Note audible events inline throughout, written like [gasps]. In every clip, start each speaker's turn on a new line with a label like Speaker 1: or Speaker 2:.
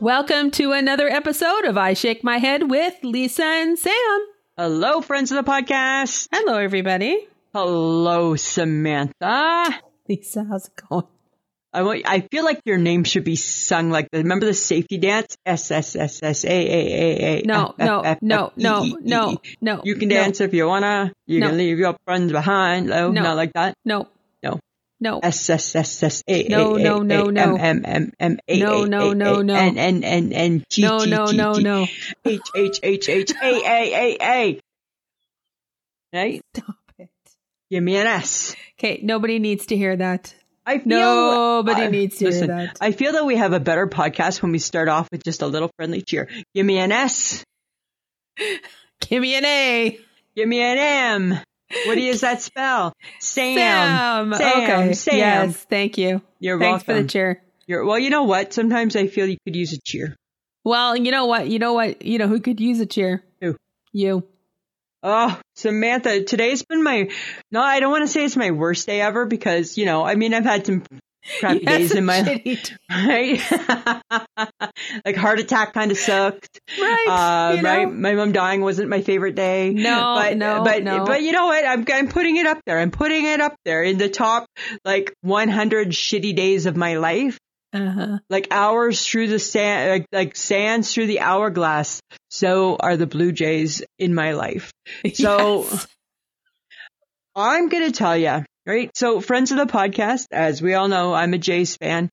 Speaker 1: Welcome to another episode of I Shake My Head with Lisa and Sam.
Speaker 2: Hello, friends of the podcast.
Speaker 1: Hello, everybody.
Speaker 2: Hello, Samantha.
Speaker 1: Lisa, how's it going?
Speaker 2: I want. I feel like your name should be sung like. the- Remember the safety dance? S S S S A A A A.
Speaker 1: No,
Speaker 2: F, F, [laughs]
Speaker 1: no,
Speaker 2: F, F,
Speaker 1: no,
Speaker 2: E,
Speaker 1: no,
Speaker 2: E, E,
Speaker 1: no,
Speaker 2: E.
Speaker 1: no,
Speaker 2: You can
Speaker 1: no.
Speaker 2: dance if you wanna. You
Speaker 1: No.
Speaker 2: can leave your friends behind. No,
Speaker 1: No.
Speaker 2: not like that.
Speaker 1: No.
Speaker 2: No.
Speaker 1: No.
Speaker 2: S S S S A A
Speaker 1: No,
Speaker 2: A
Speaker 1: no, no,
Speaker 2: A,
Speaker 1: no.
Speaker 2: M M M M A
Speaker 1: No,
Speaker 2: A,
Speaker 1: no,
Speaker 2: A,
Speaker 1: no,
Speaker 2: A,
Speaker 1: no.
Speaker 2: N N N N G
Speaker 1: No,
Speaker 2: G,
Speaker 1: no,
Speaker 2: G,
Speaker 1: no,
Speaker 2: G,
Speaker 1: no.
Speaker 2: H H H H A A A A. Right?
Speaker 1: Stop it.
Speaker 2: Give me an S.
Speaker 1: Okay, nobody needs to hear that.
Speaker 2: I feel
Speaker 1: Nobody
Speaker 2: I-
Speaker 1: needs to
Speaker 2: listen,
Speaker 1: hear that.
Speaker 2: I feel that we have a better podcast when we start off with just a little friendly cheer. Give me an S.
Speaker 1: Give me an A.
Speaker 2: Give me an M. What
Speaker 1: [laughs]
Speaker 2: does that spell? Sam.
Speaker 1: Sam. okay.
Speaker 2: Sam.
Speaker 1: Yes, thank you.
Speaker 2: You're
Speaker 1: Thanks for
Speaker 2: welcome.
Speaker 1: the cheer.
Speaker 2: You're, well, you know what? Sometimes I feel you could use a cheer.
Speaker 1: Well, you know what? You know what? You know who could use a cheer?
Speaker 2: Who?
Speaker 1: You.
Speaker 2: Oh, Samantha, today's been my no, I don't want to say it's my worst day ever because, you know, I mean, I've had
Speaker 1: [laughs]
Speaker 2: some crappy
Speaker 1: You had
Speaker 2: days
Speaker 1: some
Speaker 2: in my life,
Speaker 1: [laughs] shitty t-
Speaker 2: right? [laughs] like heart attack kind of sucked.
Speaker 1: Right. [laughs]
Speaker 2: Uh,
Speaker 1: you know?
Speaker 2: right? My mom dying wasn't my favorite day.
Speaker 1: No,
Speaker 2: but,
Speaker 1: no,
Speaker 2: but,
Speaker 1: no.
Speaker 2: But you know what? I'm, I'm putting it up there. I'm putting it up there in the top like 100 shitty days of my life.
Speaker 1: Uh-huh.
Speaker 2: Like hours through the sand, like, like sands through the hourglass. So are the Blue Jays in my life. [laughs] So-
Speaker 1: Yes.
Speaker 2: I'm going to tell you, right? So, friends of the podcast, as we all know, I'm a Jays fan.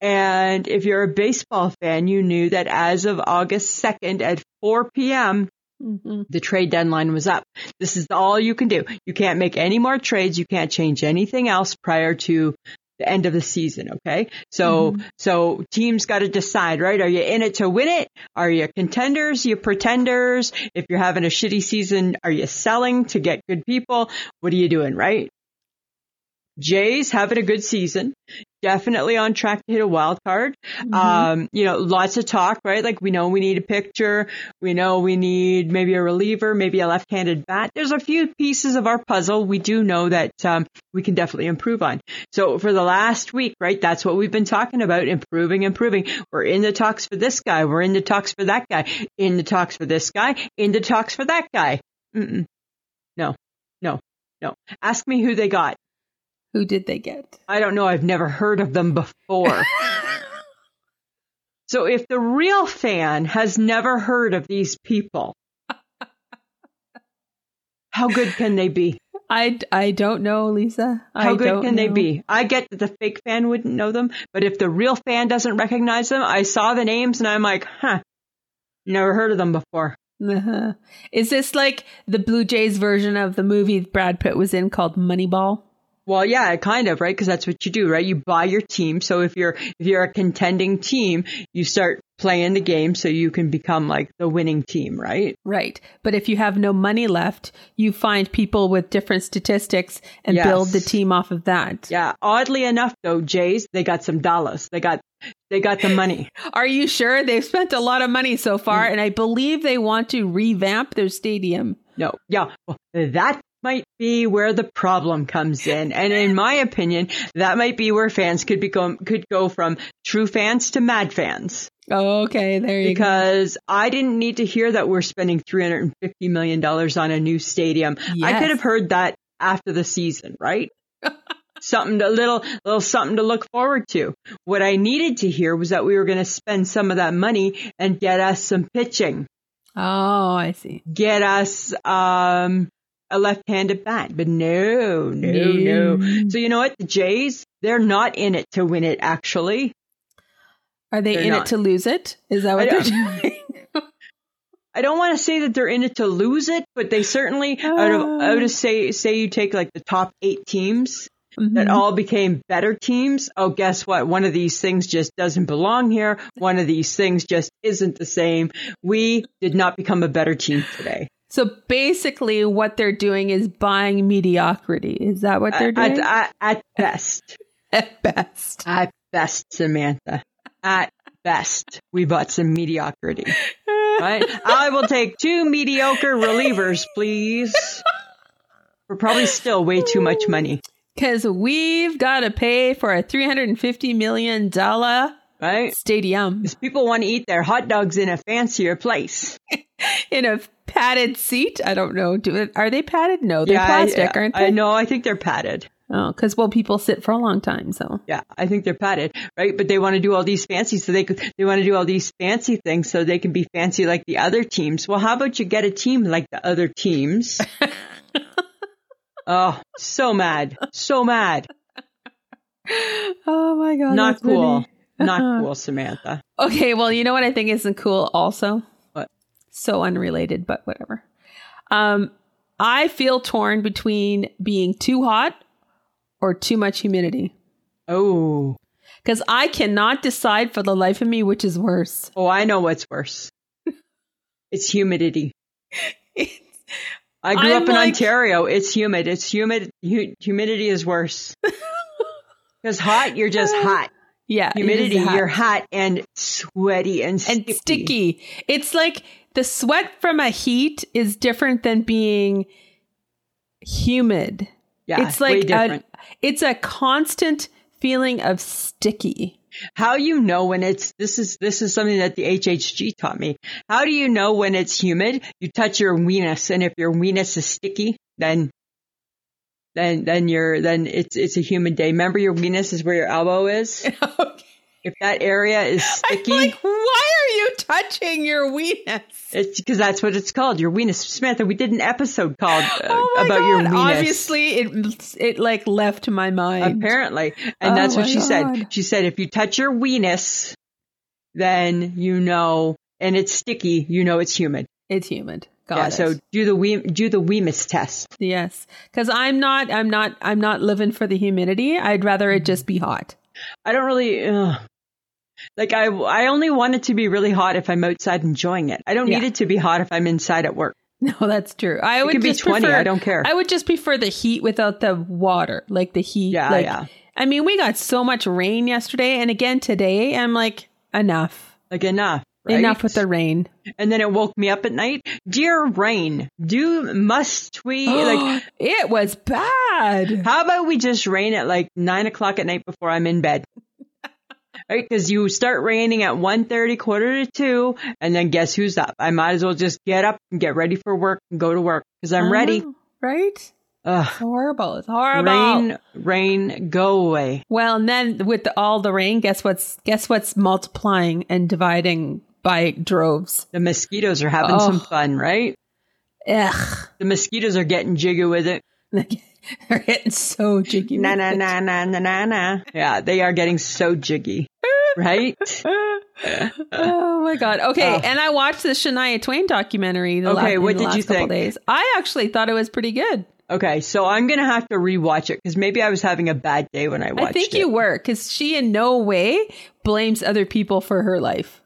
Speaker 2: And if you're a baseball fan, you knew that as of August 2nd at 4 p.m.,
Speaker 1: Mhm.
Speaker 2: the trade deadline was up. This is all you can do. You can't make any more trades. You can't change anything else prior to the end of the season. Okay. So, so teams got to decide, right? Are you in it to win it? Are you contenders? You pretenders? If you're having a shitty season, are you selling to get good people? What are you doing? Right. Jays having a good season. Definitely on track to hit a wild card.
Speaker 1: Mm-hmm.
Speaker 2: Um, you know, lots of talk, right? Like we know we need a pitcher. We know we need maybe a reliever, maybe a left-handed bat. There's a few pieces of our puzzle we do know that um, we can definitely improve on. So for the last week, right? That's what we've been talking about: improving, improving. We're in the talks for this guy. We're in the talks for that guy. In the talks for this guy. In the talks for that guy. Mm-mm. No, no, no. Ask me who they got.
Speaker 1: Who did they get?
Speaker 2: I don't know. I've never heard of them before. so if the real fan has never heard of these
Speaker 1: [laughs]
Speaker 2: people, how good can they be?
Speaker 1: I, I don't know, Lisa.
Speaker 2: How
Speaker 1: I
Speaker 2: good
Speaker 1: don't
Speaker 2: can they
Speaker 1: know.
Speaker 2: be? I get that the fake fan wouldn't know them, but if the real fan doesn't recognize them, I saw the names and I'm like, huh, never heard of them before.
Speaker 1: Uh-huh. Is this like the Blue Jays version of the movie Brad Pitt was in called Moneyball?
Speaker 2: Well, yeah, kind of, right? Because that's what you do, right? You buy your team. So if you're if you're a contending team, you start playing the game so you can become like the winning team, right?
Speaker 1: Right. But if you have no money left, you find people with different statistics and
Speaker 2: Yes.
Speaker 1: build the team off of that.
Speaker 2: Yeah. Oddly enough, though, Jays they got some dollars. They got they got the money.
Speaker 1: Are you sure? They've spent a lot of money so far,
Speaker 2: Mm.
Speaker 1: and I believe they want to revamp their stadium.
Speaker 2: No, yeah, well, that might be where the problem comes in, and in my opinion, that might be where fans could become could go from true fans to mad fans.
Speaker 1: Okay, there you go.
Speaker 2: Because I didn't need to hear that we're spending three hundred and fifty million dollars on a new stadium. I
Speaker 1: Yes.
Speaker 2: could have heard that after the season, [laughs] right? something to, a little little something to look forward to. What I needed to hear was that we were going to spend some of that money and get us some pitching,
Speaker 1: Oh, I see.
Speaker 2: get us um a left-handed bat. But no, no, no.
Speaker 1: No.
Speaker 2: So you know what? The Jays, they're not in it to win it actually.
Speaker 1: Are they
Speaker 2: They're
Speaker 1: in
Speaker 2: not.
Speaker 1: it to lose it? Is that what
Speaker 2: I
Speaker 1: they're [laughs] doing?
Speaker 2: I don't want to say that they're in it to lose it, but they certainly out of
Speaker 1: Ah.
Speaker 2: I would say say you take like the top 8 teams that
Speaker 1: Mhm.
Speaker 2: all became better teams. Oh, guess what? One of these things just doesn't belong here. One of these things just isn't the same. We did not become a better team today.
Speaker 1: So basically, what they're doing is buying mediocrity. Is that what they're
Speaker 2: At,
Speaker 1: doing?
Speaker 2: at- at best,
Speaker 1: [laughs] At best.
Speaker 2: at best, Samantha, at best, we bought some mediocrity. Right? I will take two mediocre relievers, please. We're probably still way too much money.
Speaker 1: Because we've got to pay for a $350 million
Speaker 2: right?
Speaker 1: Stadium [laughs]
Speaker 2: Because people want to eat their hot dogs in a fancier place.
Speaker 1: in a padded seat. I don't know. Do are they padded? No, they're plastic,
Speaker 2: I,
Speaker 1: aren't
Speaker 2: I
Speaker 1: they?
Speaker 2: know. I think they're padded.
Speaker 1: Oh, because well, people sit for a long time, so
Speaker 2: Yeah, I think they're padded, right? But they want to do all these fancy, so they could, they want to do all these fancy things so they can be fancy like the other teams. Well, how about you get a team like the other
Speaker 1: [laughs]
Speaker 2: teams? oh, so mad, so mad.
Speaker 1: oh my god,
Speaker 2: Not
Speaker 1: that's funny. Uh-huh.
Speaker 2: cool, not cool, Samantha.
Speaker 1: Okay, well, you know what I think isn't cool also?
Speaker 2: What?
Speaker 1: So unrelated, but whatever. Um I feel torn between being too hot or too much humidity
Speaker 2: Oh,
Speaker 1: cuz I cannot decide for the life of me which is worse.
Speaker 2: oh, I know what's
Speaker 1: [laughs]
Speaker 2: worse. It's humidity. I grew
Speaker 1: I'm
Speaker 2: up in
Speaker 1: like-
Speaker 2: Ontario. It's humid. It's humid. Hu- humidity is
Speaker 1: [laughs]
Speaker 2: worse. Because hot, you're just
Speaker 1: Uh,
Speaker 2: hot.
Speaker 1: yeah, it is
Speaker 2: humidity,
Speaker 1: hot.
Speaker 2: you're hot and sweaty and sticky.
Speaker 1: and sticky. It's like the sweat from a heat is different than being humid.
Speaker 2: Yeah,
Speaker 1: it's like uh,
Speaker 2: way
Speaker 1: a,
Speaker 2: different.
Speaker 1: it's a constant feeling of
Speaker 2: [laughs]
Speaker 1: sticky.
Speaker 2: how you know when it's this is this is something that the HHG taught me. How do you know when it's humid? You touch your weenus, and if your weenus is sticky, then then then you're then it's it's a humid day. Remember, your weenus is where your
Speaker 1: [laughs]
Speaker 2: elbow is. If that area is
Speaker 1: I'm
Speaker 2: sticky,
Speaker 1: like, why are you touching your weenus?
Speaker 2: it's because that's what it's called. Your weenus, Samantha. We did an episode called uh,
Speaker 1: Oh my
Speaker 2: about
Speaker 1: god!
Speaker 2: your weenus.
Speaker 1: Obviously, it it like left my [laughs] mind.
Speaker 2: Apparently. And
Speaker 1: Oh
Speaker 2: that's what
Speaker 1: my
Speaker 2: she said.
Speaker 1: God.
Speaker 2: She said, if you touch your weenus, then you know, and it's sticky, you know it's humid.
Speaker 1: it's humid. Got
Speaker 2: yeah.
Speaker 1: it.
Speaker 2: So do the wee, do the weenus test.
Speaker 1: yes, because I'm not, I'm not, I'm not living for the humidity. I'd rather it just be hot. [laughs]
Speaker 2: I don't really, ugh. like I, I only want it to be really hot if I'm outside enjoying it. I don't
Speaker 1: Yeah.
Speaker 2: need it to be hot if I'm inside at work.
Speaker 1: No, that's true. I would
Speaker 2: can be
Speaker 1: just
Speaker 2: 20,
Speaker 1: Prefer,
Speaker 2: I don't care.
Speaker 1: I would just prefer the heat without the water, like the heat.
Speaker 2: Yeah,
Speaker 1: like,
Speaker 2: yeah.
Speaker 1: I mean, we got so much rain yesterday, and again today. I'm like, enough,
Speaker 2: Like enough. Right?
Speaker 1: enough with the
Speaker 2: [gasps]
Speaker 1: rain.
Speaker 2: and then it woke me up at night. Dear rain, do must we like?
Speaker 1: it was bad.
Speaker 2: How about we just rain at like nine o'clock at night before I'm in [laughs] bed? Right, because you start raining at 1.30, quarter to two, and then guess who's up? I might as well just get up and get ready for work and go to work because I'm
Speaker 1: I
Speaker 2: ready.
Speaker 1: know, right?
Speaker 2: Ugh,
Speaker 1: It's horrible. It's horrible.
Speaker 2: rain, rain, go away.
Speaker 1: Well, and then with the, all the rain, guess what's guess what's multiplying and dividing by droves.
Speaker 2: The mosquitoes are having some
Speaker 1: Oh.
Speaker 2: fun, right?
Speaker 1: Ugh, [laughs]
Speaker 2: The mosquitoes are getting jiggy with it.
Speaker 1: they're getting so jiggy.
Speaker 2: Na [laughs] na na na na na na. Yeah, they are getting so [laughs] jiggy, right?
Speaker 1: [laughs] oh my god. Okay,
Speaker 2: Oh.
Speaker 1: and I watched the Shania Twain documentary. The
Speaker 2: Okay,
Speaker 1: la- in
Speaker 2: what
Speaker 1: the
Speaker 2: did you
Speaker 1: last couple
Speaker 2: think?
Speaker 1: Days. I actually thought it was pretty good.
Speaker 2: Okay, so I'm gonna have to rewatch it because maybe I was having a bad day when I watched it.
Speaker 1: I think you were because she in no way blames other people for her life.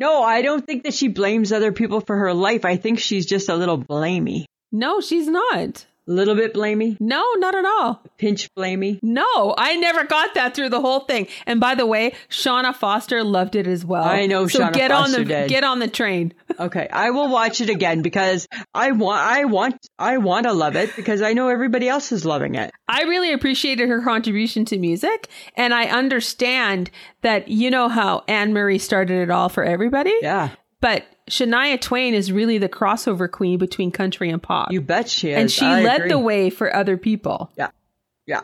Speaker 2: No, I don't think that she blames other people for her life. I think she's just a little blamey.
Speaker 1: No, she's not.
Speaker 2: A little bit blamey,
Speaker 1: No, not at all.
Speaker 2: pinch blamey.
Speaker 1: No, I never got that through the whole thing. And by the way, Shauna Foster loved it as well.
Speaker 2: I know
Speaker 1: so
Speaker 2: Shauna
Speaker 1: get
Speaker 2: Foster
Speaker 1: on the
Speaker 2: did.
Speaker 1: get on the train. [laughs]
Speaker 2: Okay, I will watch it again because I want I want I want to love it because I know everybody else is loving it.
Speaker 1: I really appreciated her contribution to music, and I understand that you know how Anne Marie started it all for everybody.
Speaker 2: Yeah,
Speaker 1: But Shania Twain is really the crossover queen between country and pop.
Speaker 2: you bet she is.
Speaker 1: and she
Speaker 2: I
Speaker 1: led
Speaker 2: agree.
Speaker 1: the way for other people.
Speaker 2: Yeah. Yeah.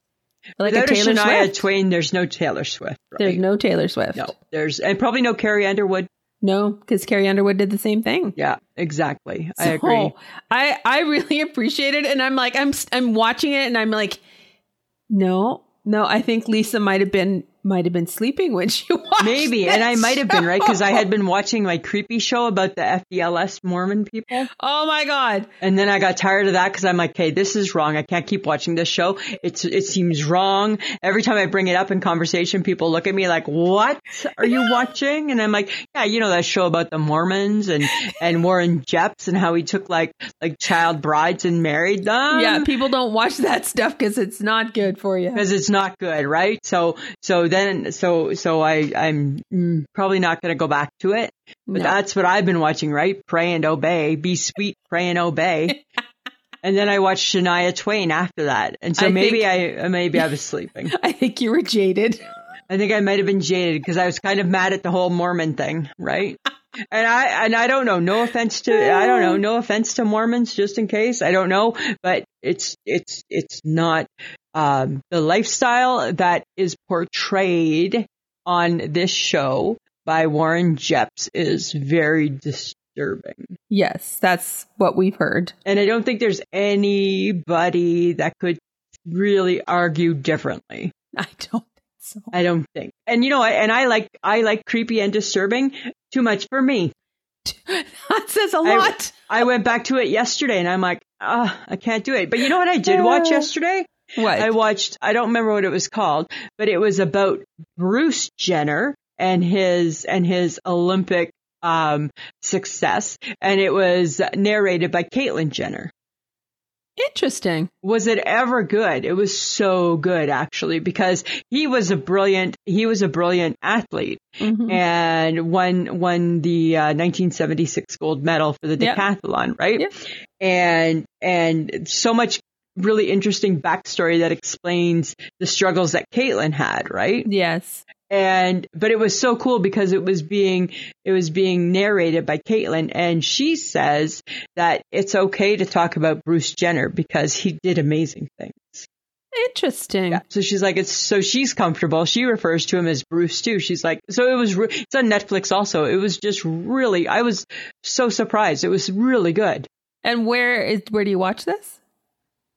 Speaker 1: Like
Speaker 2: Without
Speaker 1: a Taylor
Speaker 2: Shania
Speaker 1: Swift.
Speaker 2: Twain, there's no Taylor Swift. Right?
Speaker 1: There's no Taylor Swift.
Speaker 2: no, there's and probably no Carrie Underwood.
Speaker 1: No, because Carrie Underwood did the same thing.
Speaker 2: Yeah, exactly. I
Speaker 1: So, oh,
Speaker 2: agree.
Speaker 1: I, I really [laughs] appreciate it. And I'm like, I'm, s- I'm watching it and I'm like, no, no, I think Lisa might have been, might have been sleeping when she [laughs] watched
Speaker 2: Maybe, and
Speaker 1: this
Speaker 2: I might have been right because I
Speaker 1: show.
Speaker 2: had been watching my creepy show about the FDLS Mormon people.
Speaker 1: [laughs] Oh my God.
Speaker 2: And then I got tired of that because I'm like, hey, this is wrong. I can't keep watching this show. It's it seems wrong. Every time I bring it up in conversation, people look at me like, what are you watching? And I'm like, yeah, you know that show about the Mormons and and Warren Jeffs and how he took like like child brides and married them.
Speaker 1: yeah. People don't watch that stuff because it's not good for you.
Speaker 2: Um, Because it's not good, right? So, so then, so, so I, I'm mm, probably not going to go back to it.
Speaker 1: No. [laughs]
Speaker 2: But that's what I've been watching, right? Pray and obey. Be sweet, pray
Speaker 1: [laughs]
Speaker 2: and obey. and then I watched Shania Twain after that. And so
Speaker 1: I
Speaker 2: maybe
Speaker 1: think-
Speaker 2: I maybe I was sleeping.
Speaker 1: I think you were jaded.
Speaker 2: I I think I might have been jaded because I was kind of mad at the whole Mormon thing, right? and I and I don't know. No offense to I don't know. No offense to Mormons, just in case I don't know. But it's it's it's not um, the lifestyle that is portrayed on this show by Warren Jeffs is very disturbing.
Speaker 1: Yes, that's what we've heard.
Speaker 2: And I don't think there's anybody that could really argue differently.
Speaker 1: I don't think so.
Speaker 2: I don't think. And you know, and I like I like creepy and disturbing too much for me.
Speaker 1: [laughs] that says a lot.
Speaker 2: I, I went back to it yesterday and I'm like, ah, oh, I can't do it. But you know what I did watch yesterday?
Speaker 1: What?
Speaker 2: I watched I don't remember what it was called, but it was about Bruce Jenner and his and his Olympic um, success, and it was narrated by Caitlyn Jenner.
Speaker 1: Interesting.
Speaker 2: Was it ever good? It was so good actually because he was a brilliant he was a brilliant athlete mm-hmm. and won won the uh, 1976 gold medal for the decathlon, yep. right? Yep. And and so much really interesting backstory that explains the struggles that Caitlyn had, right?
Speaker 1: Yes
Speaker 2: and but it was so cool because it was being it was being narrated by Caitlin, and she says that it's okay to talk about Bruce Jenner because he did amazing things.
Speaker 1: Interesting.
Speaker 2: Yeah. So she's like, it's so she's comfortable. She refers to him as Bruce too. She's like, so it was. Re- it's on Netflix also. It was just really. I was so surprised. It was really good.
Speaker 1: And where is where do you watch this?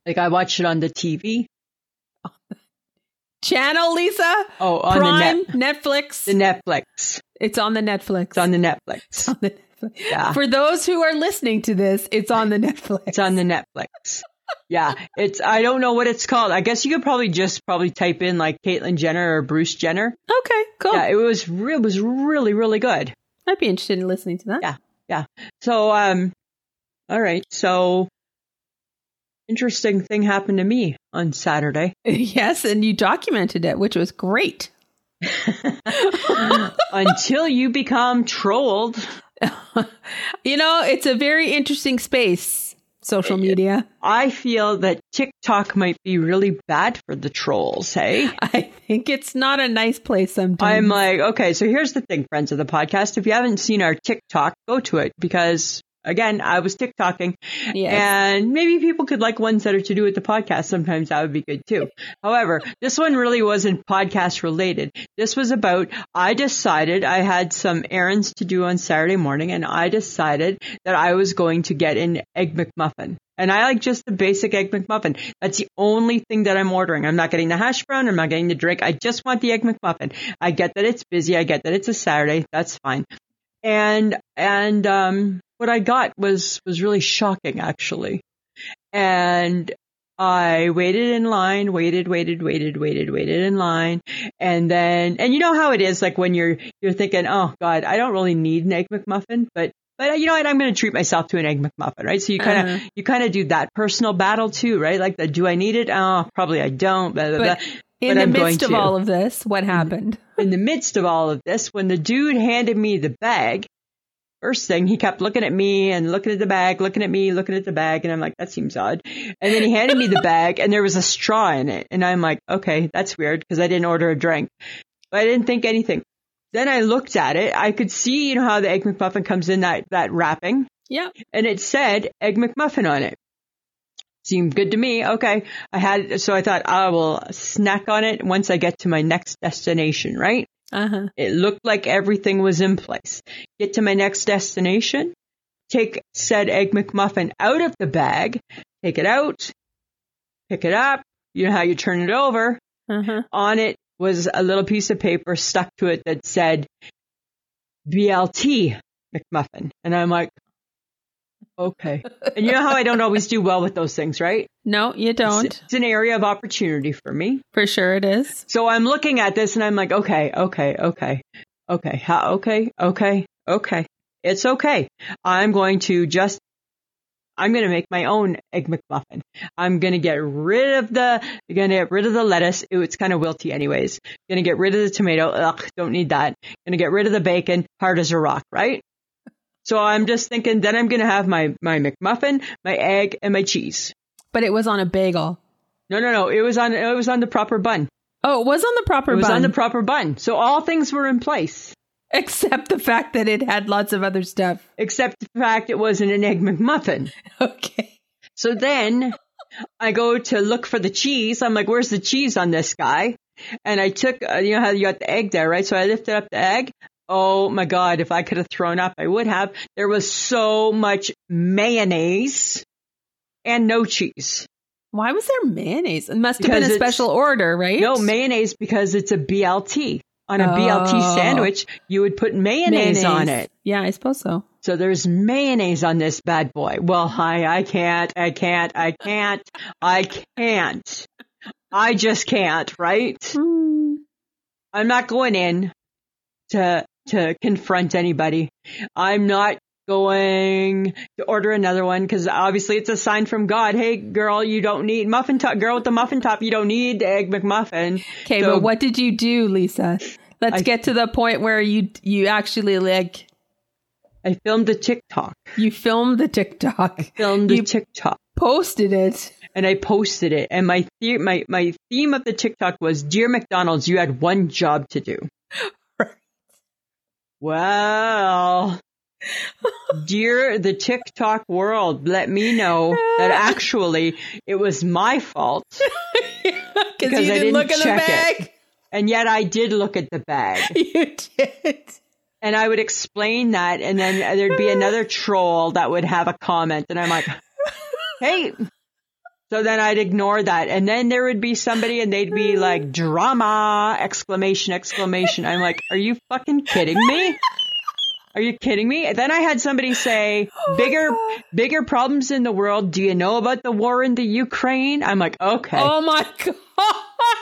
Speaker 2: Like I watched it on the TV
Speaker 1: channel, Lisa?
Speaker 2: Oh, on
Speaker 1: Prime,
Speaker 2: the net-
Speaker 1: Netflix.
Speaker 2: The Netflix.
Speaker 1: It's on the Netflix.
Speaker 2: It's on the Netflix.
Speaker 1: On [laughs] the Netflix. Yeah. For those who are listening to this, it's on the Netflix.
Speaker 2: It's on the Netflix. yeah, it's. I don't know what it's called. I guess you could probably just probably type in like Caitlyn Jenner or Bruce Jenner.
Speaker 1: Okay, cool.
Speaker 2: Yeah, it was. Re- it was really, really good.
Speaker 1: I'd be interested in listening to that.
Speaker 2: Yeah, yeah. So, um, all right. So, interesting thing happened to me on Saturday.
Speaker 1: [laughs] Yes, and you documented it, which was great.
Speaker 2: Until you become trolled.
Speaker 1: you know, it's a very interesting space, social media. [laughs]
Speaker 2: I feel that TikTok might be really bad for the trolls, hey?
Speaker 1: I think it's not a nice place sometimes.
Speaker 2: I'm like, okay, so here's the thing, friends of the podcast. If you haven't seen our TikTok, go to it because again, I was TikToking. Yes. And maybe people could like ones that are to do with the podcast. Sometimes that would be good too. However, this one really wasn't podcast related. This was about I decided I had some errands to do on Saturday morning and I decided that I was going to get an egg McMuffin. And I like just the basic egg McMuffin. That's the only thing that I'm ordering. I'm not getting the hash brown. I'm not getting the drink. I just want the egg McMuffin. I get that it's busy. I get that it's a Saturday. That's fine. And, and, um, what I got was was really shocking actually. And I waited in line, waited, waited, waited, waited, waited in line, and then and you know how it is like when you're you're thinking, "Oh god, I don't really need an egg McMuffin," but but you know what? I'm going to treat myself to an egg McMuffin, right? So you kind of uh-huh. you kind of do that personal battle too, right? Like, the, do I need it? Oh, probably I don't. Blah, blah,
Speaker 1: but-
Speaker 2: blah
Speaker 1: in but the I'm midst of to. all of this, what
Speaker 2: Mm-hmm.
Speaker 1: happened?
Speaker 2: In the midst of all of this, when the dude handed me the bag, first thing he kept looking at me and looking at the bag looking at me looking at the bag and i'm like that seems odd and then he handed me the bag and there was a straw in it and i'm like okay that's weird because i didn't order a drink but i didn't think anything then i looked at it i could see you know how the egg mcmuffin comes in that that wrapping
Speaker 1: yeah
Speaker 2: and it said egg mcmuffin on it seemed good to me okay i had so i thought i will snack on it once i get to my next destination right
Speaker 1: uh-huh.
Speaker 2: It looked like everything was in place. Get to my next destination, take said Egg McMuffin out of the bag, take it out, pick it up. You know how you turn it over.
Speaker 1: Uh-huh.
Speaker 2: On it was a little piece of paper stuck to it that said BLT McMuffin. And I'm like, okay. and you know how I don't always do well with those things, right?
Speaker 1: No, you don't.
Speaker 2: It's, it's, an area of opportunity for me.
Speaker 1: For sure it is.
Speaker 2: So I'm looking at this and I'm like, okay, okay, okay, okay, how, okay, okay, okay. It's okay. I'm going to just, I'm going to make my own egg McMuffin. I'm going to get rid of the, going to get rid of the lettuce. Ew, it's kind of wilty anyways. Going to get rid of the tomato. Ugh, don't need that. Going to get rid of the bacon. Hard as a rock, right? So I'm just thinking, then I'm going to have my, my McMuffin, my egg, and my cheese.
Speaker 1: But it was on a bagel.
Speaker 2: No, no, no. It was on, it was on the proper bun.
Speaker 1: Oh, it was on the proper
Speaker 2: It was
Speaker 1: bun, [laughs]
Speaker 2: on the proper bun. So all things were in place.
Speaker 1: except the fact that it had lots of other stuff. [laughs]
Speaker 2: Except the fact it wasn't an egg McMuffin.
Speaker 1: Okay.
Speaker 2: So then I go to look for the cheese. I'm like, where's the cheese on this guy? And I took, uh, you know how you got the egg there, right? So I lifted up the egg. Oh my God, if I could have thrown up, I would have. There was so much mayonnaise and no cheese.
Speaker 1: Why was there mayonnaise? It must have been
Speaker 2: Because
Speaker 1: a
Speaker 2: it's-
Speaker 1: special order, right?
Speaker 2: No mayonnaise because it's a BLT. On a
Speaker 1: Oh.
Speaker 2: BLT sandwich, you would put mayonnaise on it.
Speaker 1: Yeah, I suppose so.
Speaker 2: So there's mayonnaise on this bad boy. Well, hi, I can't, I can't, I can't, I can't. I just can't, right?
Speaker 1: Hmm.
Speaker 2: I'm not going in to to confront anybody. I'm not going to order another one because obviously it's a sign from God. Hey, girl, you don't need muffin top. Girl with the muffin top, you don't need the egg McMuffin.
Speaker 1: Okay,
Speaker 2: So-
Speaker 1: but what did you do, Lisa? Let's
Speaker 2: I-
Speaker 1: get to the point where you you actually like
Speaker 2: I filmed a TikTok.
Speaker 1: you filmed the TikTok, [laughs]
Speaker 2: Filmed a
Speaker 1: You-
Speaker 2: TikTok.
Speaker 1: posted it. [laughs]
Speaker 2: and I posted it. And my the- my my theme of the TikTok was, "Dear McDonald's, you had one job to do."
Speaker 1: Right.
Speaker 2: Well, dear the TikTok world, let me know that actually it was my fault,
Speaker 1: Because
Speaker 2: I
Speaker 1: you didn't
Speaker 2: didn't
Speaker 1: look in the
Speaker 2: check
Speaker 1: bag.
Speaker 2: and yet I did look at the bag.
Speaker 1: [laughs] You did.
Speaker 2: And I would explain that, and then there'd be another troll that would have a comment, and I'm like, hey. So then I'd ignore that, and then there would be somebody, and they'd be like, drama! Exclamation! Exclamation! I'm like, are you fucking kidding me? Are you kidding me? And then I had somebody say, bigger, bigger problems in the world. Do you know about the war in the Ukraine? I'm like, okay.
Speaker 1: Oh my [laughs] god.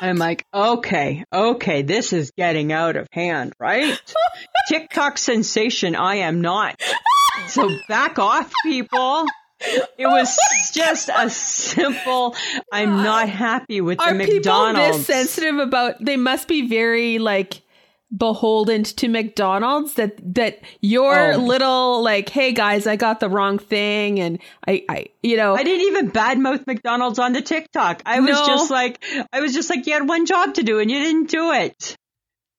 Speaker 2: I'm like, okay, okay, this is getting out of hand, right? TikTok sensation, I am not. So back off, people. It was just a simple, I'm not happy with
Speaker 1: Are
Speaker 2: the
Speaker 1: people this
Speaker 2: McDonald's.
Speaker 1: sensitive about they must be very like beholden to McDonald's that that your
Speaker 2: Oh.
Speaker 1: little like, hey guys, I got the wrong thing and I I you know
Speaker 2: I didn't even badmouth McDonald's on the TikTok. I was
Speaker 1: No.
Speaker 2: just like, I was just like, you had one job to do and you didn't do it.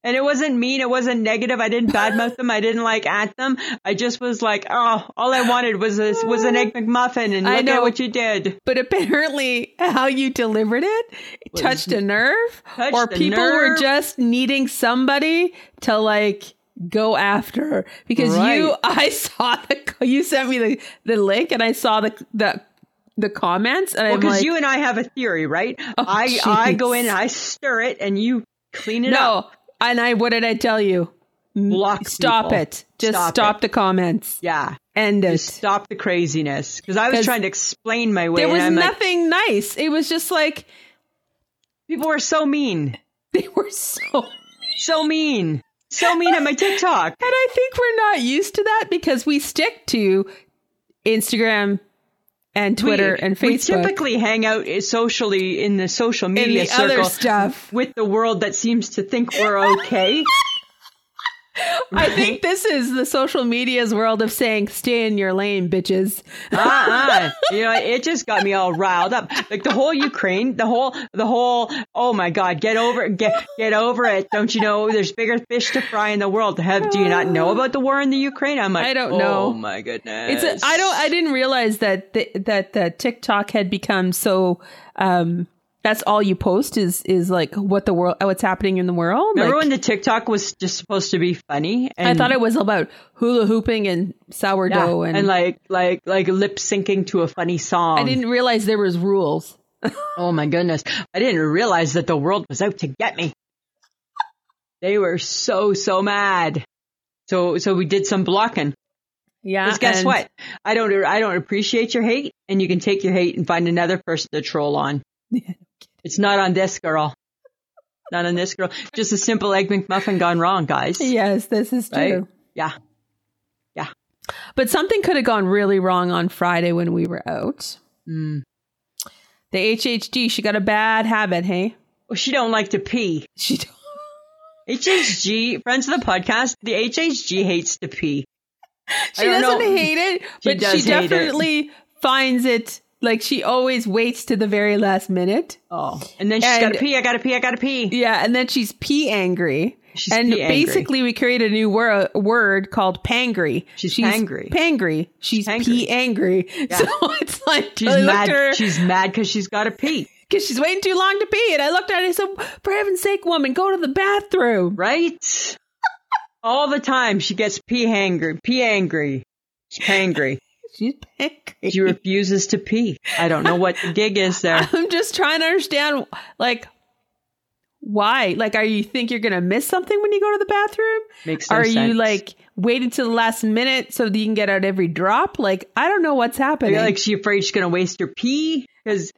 Speaker 2: And it wasn't mean. It wasn't negative. I didn't badmouth them. I didn't like at them. I just was like, oh, all I wanted was this was an egg McMuffin, and
Speaker 1: I
Speaker 2: look
Speaker 1: know.
Speaker 2: at what you did.
Speaker 1: but apparently how you delivered it touched a nerve
Speaker 2: Touched
Speaker 1: or
Speaker 2: a
Speaker 1: people were
Speaker 2: nerve.
Speaker 1: just needing somebody to like go after because you
Speaker 2: Right.
Speaker 1: i saw the you sent me the the link and i saw the the the comments and
Speaker 2: Well,
Speaker 1: i'm
Speaker 2: because
Speaker 1: like Oh,
Speaker 2: you and I have a theory, right? I I go in,
Speaker 1: jeez.
Speaker 2: and I stir it, and you clean it up.
Speaker 1: no and i what did i tell you
Speaker 2: Block
Speaker 1: stop
Speaker 2: people.
Speaker 1: it just stop,
Speaker 2: Stop
Speaker 1: the comments
Speaker 2: Yeah,
Speaker 1: end it
Speaker 2: just stop the craziness. Because I was
Speaker 1: 'Cause
Speaker 2: trying to explain my way,
Speaker 1: there was
Speaker 2: and I'm like,
Speaker 1: nothing nice it was just like [laughs]
Speaker 2: people were so mean,
Speaker 1: they were so
Speaker 2: so mean, so mean on my TikTok.
Speaker 1: And I think we're not used to that because we stick to Instagram and [laughs] Twitter
Speaker 2: we,
Speaker 1: and
Speaker 2: we
Speaker 1: Facebook
Speaker 2: typically hang out socially in the social
Speaker 1: and
Speaker 2: media
Speaker 1: the
Speaker 2: circle
Speaker 1: other
Speaker 2: [laughs]
Speaker 1: stuff.
Speaker 2: with the world that seems to think we're
Speaker 1: [laughs]
Speaker 2: okay.
Speaker 1: I think this is the social media's world of saying, stay in your lane, bitches.
Speaker 2: uh-uh. You know, it just got me all riled up. Like the whole Ukraine, the whole, the whole. Oh my God, get over, it, get, get over it. Don't you know there's bigger fish to fry in the world? Have do you not
Speaker 1: [sighs]
Speaker 2: know about the war in the Ukraine? I'm like,
Speaker 1: I don't
Speaker 2: oh,
Speaker 1: know.
Speaker 2: my goodness,
Speaker 1: It's a, I don't I didn't realize that the, that the TikTok had become so um that's all you post is is like what the world what's happening in the world.
Speaker 2: Remember
Speaker 1: Like,
Speaker 2: when the TikTok was just supposed to be funny? And
Speaker 1: I thought it was about hula hooping and sourdough
Speaker 2: Yeah,
Speaker 1: and,
Speaker 2: and like like like lip syncing to a funny song.
Speaker 1: I didn't realize there was rules.
Speaker 2: Oh my goodness. I didn't realize that the world was out to get me. [laughs] They were so, so mad. So, so we did some blocking.
Speaker 1: Yeah.
Speaker 2: Because guess
Speaker 1: and-
Speaker 2: what? I don't, I don't appreciate your hate and you can take your hate and find another person to troll [laughs] on. It's not on this girl. Not on this girl. Just a simple egg McMuffin gone wrong, guys.
Speaker 1: Yes, this is
Speaker 2: Right?
Speaker 1: true.
Speaker 2: Yeah.
Speaker 1: But something could have gone really wrong on Friday when we were out.
Speaker 2: Mm.
Speaker 1: The HHD, she got a bad habit, hey?
Speaker 2: Well, she don't like to pee.
Speaker 1: She don't-
Speaker 2: HHG, friends of the podcast, the HHG hates to pee.
Speaker 1: she
Speaker 2: don't
Speaker 1: doesn't
Speaker 2: know.
Speaker 1: hate it, but
Speaker 2: does
Speaker 1: she
Speaker 2: hate it.
Speaker 1: definitely finds it Like she always waits to the very last minute.
Speaker 2: Oh, and then she's
Speaker 1: And-
Speaker 2: got to pee. I got to pee. I got to pee.
Speaker 1: Yeah, and then she's pee angry.
Speaker 2: She's
Speaker 1: and
Speaker 2: pee angry.
Speaker 1: basically, we created a new wor- word called pangry.
Speaker 2: She's pangry.
Speaker 1: Pangry. She's
Speaker 2: pangry.
Speaker 1: pee angry. [laughs] So it's like
Speaker 2: She's
Speaker 1: I looked at her
Speaker 2: mad. She's mad because she's got to pee,
Speaker 1: because she's waiting too long to pee, and I looked at her and I said, "For heaven's sake, woman, go to the bathroom." [laughs]
Speaker 2: right? All the time she gets pee hangry, pee angry. She's angry.
Speaker 1: She's pangry. [laughs]
Speaker 2: She refuses to pee. I don't know what the gig is there.
Speaker 1: I'm just trying to understand, like, why? Like, are you think you're gonna miss something when you go to the bathroom?
Speaker 2: Makes no
Speaker 1: are
Speaker 2: sense.
Speaker 1: you like waiting till the last minute so that you can get out every drop? Like, I don't know what's
Speaker 2: I
Speaker 1: happening.
Speaker 2: feel like she afraid she's gonna waste her pee because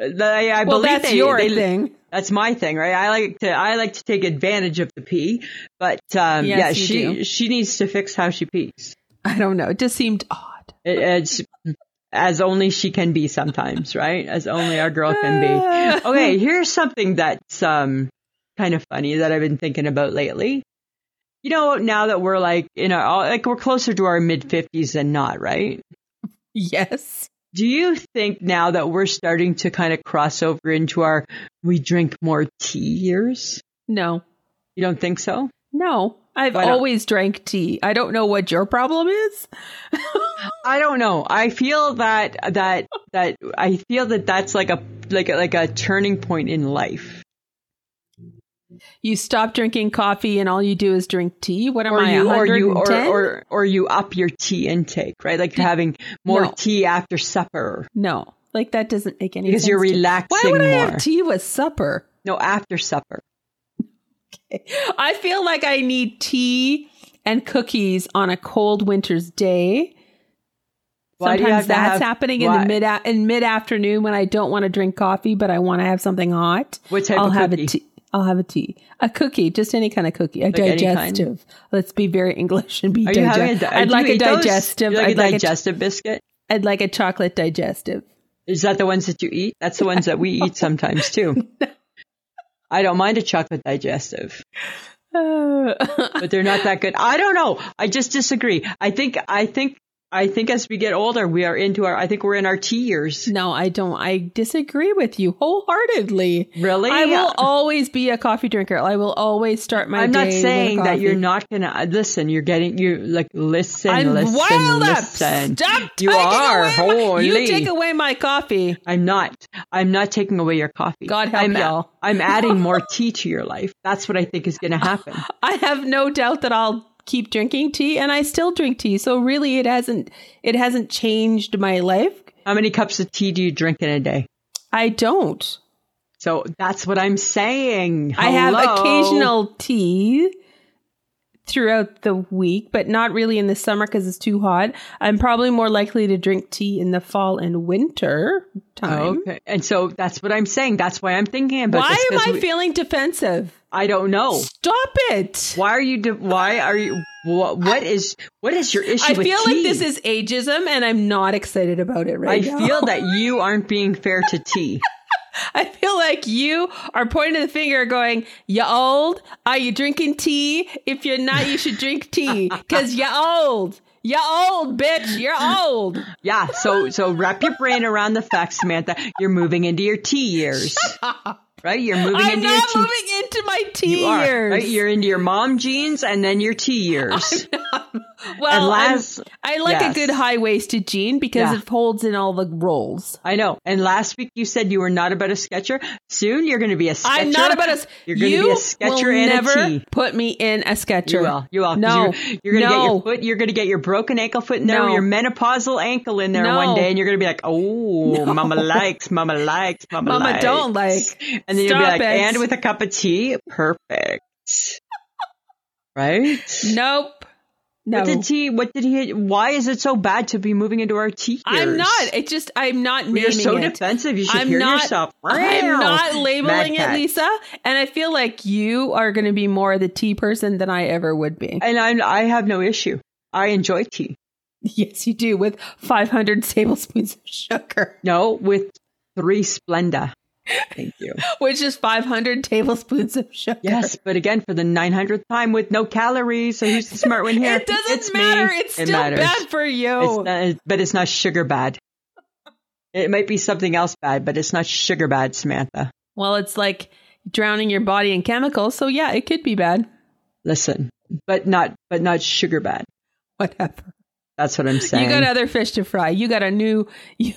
Speaker 2: I, I
Speaker 1: well,
Speaker 2: believe
Speaker 1: that's
Speaker 2: they-
Speaker 1: your
Speaker 2: they-
Speaker 1: thing.
Speaker 2: That's my thing, right? I like to I like to take advantage of the pee, but um,
Speaker 1: Yes,
Speaker 2: yeah,
Speaker 1: you
Speaker 2: she
Speaker 1: do.
Speaker 2: she needs to fix how she pees.
Speaker 1: I don't know. It just seemed odd.
Speaker 2: It, it's as only she can be sometimes, right? As only our girl can Oh,
Speaker 1: [laughs] Ah.
Speaker 2: be. Okay, here's something that's um kind of funny that I've been thinking about lately. You know, now that we're like in our like we're closer to our mid fifties than not, right?
Speaker 1: Yes.
Speaker 2: Do you think now that we're starting to kind of cross over into our we drink more tea years?
Speaker 1: No.
Speaker 2: You don't think so?
Speaker 1: No. I've
Speaker 2: Why not?
Speaker 1: always drank tea. I don't know what your problem is.
Speaker 2: I don't know. I feel that that that I feel that that's like a like a, like a turning point in life.
Speaker 1: You stop drinking coffee and all you do is drink tea. What am I?
Speaker 2: you or you or,
Speaker 1: 110?
Speaker 2: or or you up your tea intake, right? Like you're having more
Speaker 1: No.
Speaker 2: tea after supper
Speaker 1: no. Like that doesn't make any
Speaker 2: because
Speaker 1: sense.
Speaker 2: you're
Speaker 1: to-
Speaker 2: relaxing
Speaker 1: Why would I
Speaker 2: more.
Speaker 1: have tea with supper?
Speaker 2: no, after supper.
Speaker 1: I feel like I need tea and cookies on a cold winter's day.
Speaker 2: Why do you
Speaker 1: Sometimes
Speaker 2: have to
Speaker 1: that's
Speaker 2: have-
Speaker 1: happening in
Speaker 2: why-
Speaker 1: the mid in mid afternoon when I don't want to drink coffee, but I want to have something hot.
Speaker 2: What type
Speaker 1: I'll
Speaker 2: of
Speaker 1: have
Speaker 2: cookie?
Speaker 1: a tea. I'll have a tea, a cookie, just any kind of cookie, a
Speaker 2: any kind?
Speaker 1: digestive. Let's be very English and be
Speaker 2: Are you having a
Speaker 1: digestive.
Speaker 2: di-
Speaker 1: I'd
Speaker 2: do
Speaker 1: like
Speaker 2: you
Speaker 1: a
Speaker 2: eat those?
Speaker 1: digestive.
Speaker 2: You like
Speaker 1: I'd
Speaker 2: a
Speaker 1: like a ch-
Speaker 2: digestive biscuit.
Speaker 1: I'd like a chocolate
Speaker 2: [laughs]
Speaker 1: digestive.
Speaker 2: Is that the ones that you eat? That's the ones that we eat sometimes
Speaker 1: [laughs]
Speaker 2: too. I don't mind a chocolate digestive,
Speaker 1: Uh,
Speaker 2: but they're not that good. I don't know. I just disagree. I think I think I think as we get older, we are into our I think we're in our tea years.
Speaker 1: no, I don't. I disagree with you wholeheartedly.
Speaker 2: Really?
Speaker 1: I will always be a coffee drinker. I will always start my
Speaker 2: I'm
Speaker 1: day
Speaker 2: not saying
Speaker 1: with
Speaker 2: that you're
Speaker 1: coffee.
Speaker 2: not gonna uh, listen. You're getting you like listen,
Speaker 1: I'm
Speaker 2: listen,
Speaker 1: wild
Speaker 2: listen.
Speaker 1: up. Stop taking
Speaker 2: You are,
Speaker 1: away my,
Speaker 2: holy.
Speaker 1: You take away my coffee.
Speaker 2: I'm not. I'm not taking away your coffee.
Speaker 1: God help
Speaker 2: I'm,
Speaker 1: y'all.
Speaker 2: I'm
Speaker 1: [laughs]
Speaker 2: adding more tea to your life. That's what I think is gonna happen.
Speaker 1: I have no doubt that I'll keep drinking tea and I still drink tea. So really it hasn't it hasn't changed my life.
Speaker 2: How many cups of tea do you drink in a day?
Speaker 1: I don't.
Speaker 2: So that's what I'm saying.
Speaker 1: I have
Speaker 2: Hello.
Speaker 1: occasional tea throughout the week, but not really in the summer cuz it's too hot. I'm probably more likely to drink tea in the fall and winter time.
Speaker 2: Okay. And so that's what I'm saying. That's why I'm thinking about
Speaker 1: Why
Speaker 2: this.
Speaker 1: am
Speaker 2: 'cause
Speaker 1: I
Speaker 2: we-
Speaker 1: feeling defensive?
Speaker 2: I don't know.
Speaker 1: Stop it.
Speaker 2: Why are you? De- why are you? What, what is? What is your issue?
Speaker 1: I
Speaker 2: with
Speaker 1: feel like
Speaker 2: tea?
Speaker 1: this is ageism and I'm not excited about it
Speaker 2: I
Speaker 1: right now.
Speaker 2: feel that you aren't being fair to tea.
Speaker 1: [laughs] I feel like you are pointing the finger going, You old? Are you drinking tea? If you're not, you should drink
Speaker 2: [laughs]
Speaker 1: tea. Cause you're old. You're old, bitch. You're old.
Speaker 2: Yeah. So so wrap your brain around the fact, Samantha. You're moving into your
Speaker 1: [laughs]
Speaker 2: tea years, right? You're moving
Speaker 1: I'm
Speaker 2: into your
Speaker 1: not
Speaker 2: tea.
Speaker 1: moving into my tea
Speaker 2: you are
Speaker 1: years.
Speaker 2: right. You're into your mom jeans and then your tea
Speaker 1: [laughs]
Speaker 2: years.
Speaker 1: well, I'm-
Speaker 2: last-
Speaker 1: I like
Speaker 2: yes.
Speaker 1: a good high waisted jean because
Speaker 2: Yeah.
Speaker 1: it holds in all the rolls.
Speaker 2: I know. And last week you said you were not about a sketcher. Soon you're going to be a sketcher.
Speaker 1: I'm not about a.
Speaker 2: You're going to be a sketcher
Speaker 1: will
Speaker 2: and
Speaker 1: never
Speaker 2: a tea.
Speaker 1: put me in a sketcher.
Speaker 2: You will. You will. 'Cause
Speaker 1: No.
Speaker 2: You're, you're going to get
Speaker 1: No.
Speaker 2: your foot. You're going to get your broken ankle foot in there,
Speaker 1: No.
Speaker 2: your menopausal ankle in there
Speaker 1: No.
Speaker 2: one day, and you're going to be like, "Oh, [laughs] mama likes, mama likes, mama,
Speaker 1: Mama
Speaker 2: likes."
Speaker 1: don't like.
Speaker 2: And then you'll be
Speaker 1: Stop
Speaker 2: like,
Speaker 1: it.
Speaker 2: "And with a cup of tea, perfect." Right?
Speaker 1: Nope. No.
Speaker 2: What did tea? What did he? Why is it so bad to be moving into our tea? Years?
Speaker 1: I'm not. It just I'm not naming
Speaker 2: You're so
Speaker 1: it.
Speaker 2: defensive. You should
Speaker 1: I'm
Speaker 2: hear
Speaker 1: not.
Speaker 2: yourself.
Speaker 1: I'm
Speaker 2: Wow.
Speaker 1: not labeling
Speaker 2: Mad
Speaker 1: it,
Speaker 2: cat.
Speaker 1: Lisa. And I feel like you are going to be more the tea person than I ever would be.
Speaker 2: and I'm, I have no issue. I enjoy tea.
Speaker 1: [laughs] yes, you do with 500 tablespoons of sugar, [laughs]
Speaker 2: No, with three Splenda. Thank
Speaker 1: [laughs]
Speaker 2: you.
Speaker 1: which is 500 tablespoons of sugar.
Speaker 2: Yes, but again, for the 900th time with no calories. So who's the smart one here?
Speaker 1: [laughs] It doesn't
Speaker 2: It's me.
Speaker 1: matter. It's
Speaker 2: It
Speaker 1: still
Speaker 2: matters.
Speaker 1: bad for you.
Speaker 2: It's not- but it's not sugar bad. It might be something else bad, but it's not sugar bad, Samantha.
Speaker 1: Well, it's like drowning your body in chemicals. So yeah, it could be bad. [laughs]
Speaker 2: Listen, but not but not sugar bad.
Speaker 1: Whatever.
Speaker 2: That's what I'm saying.
Speaker 1: You got other fish to fry. You got a new. [laughs]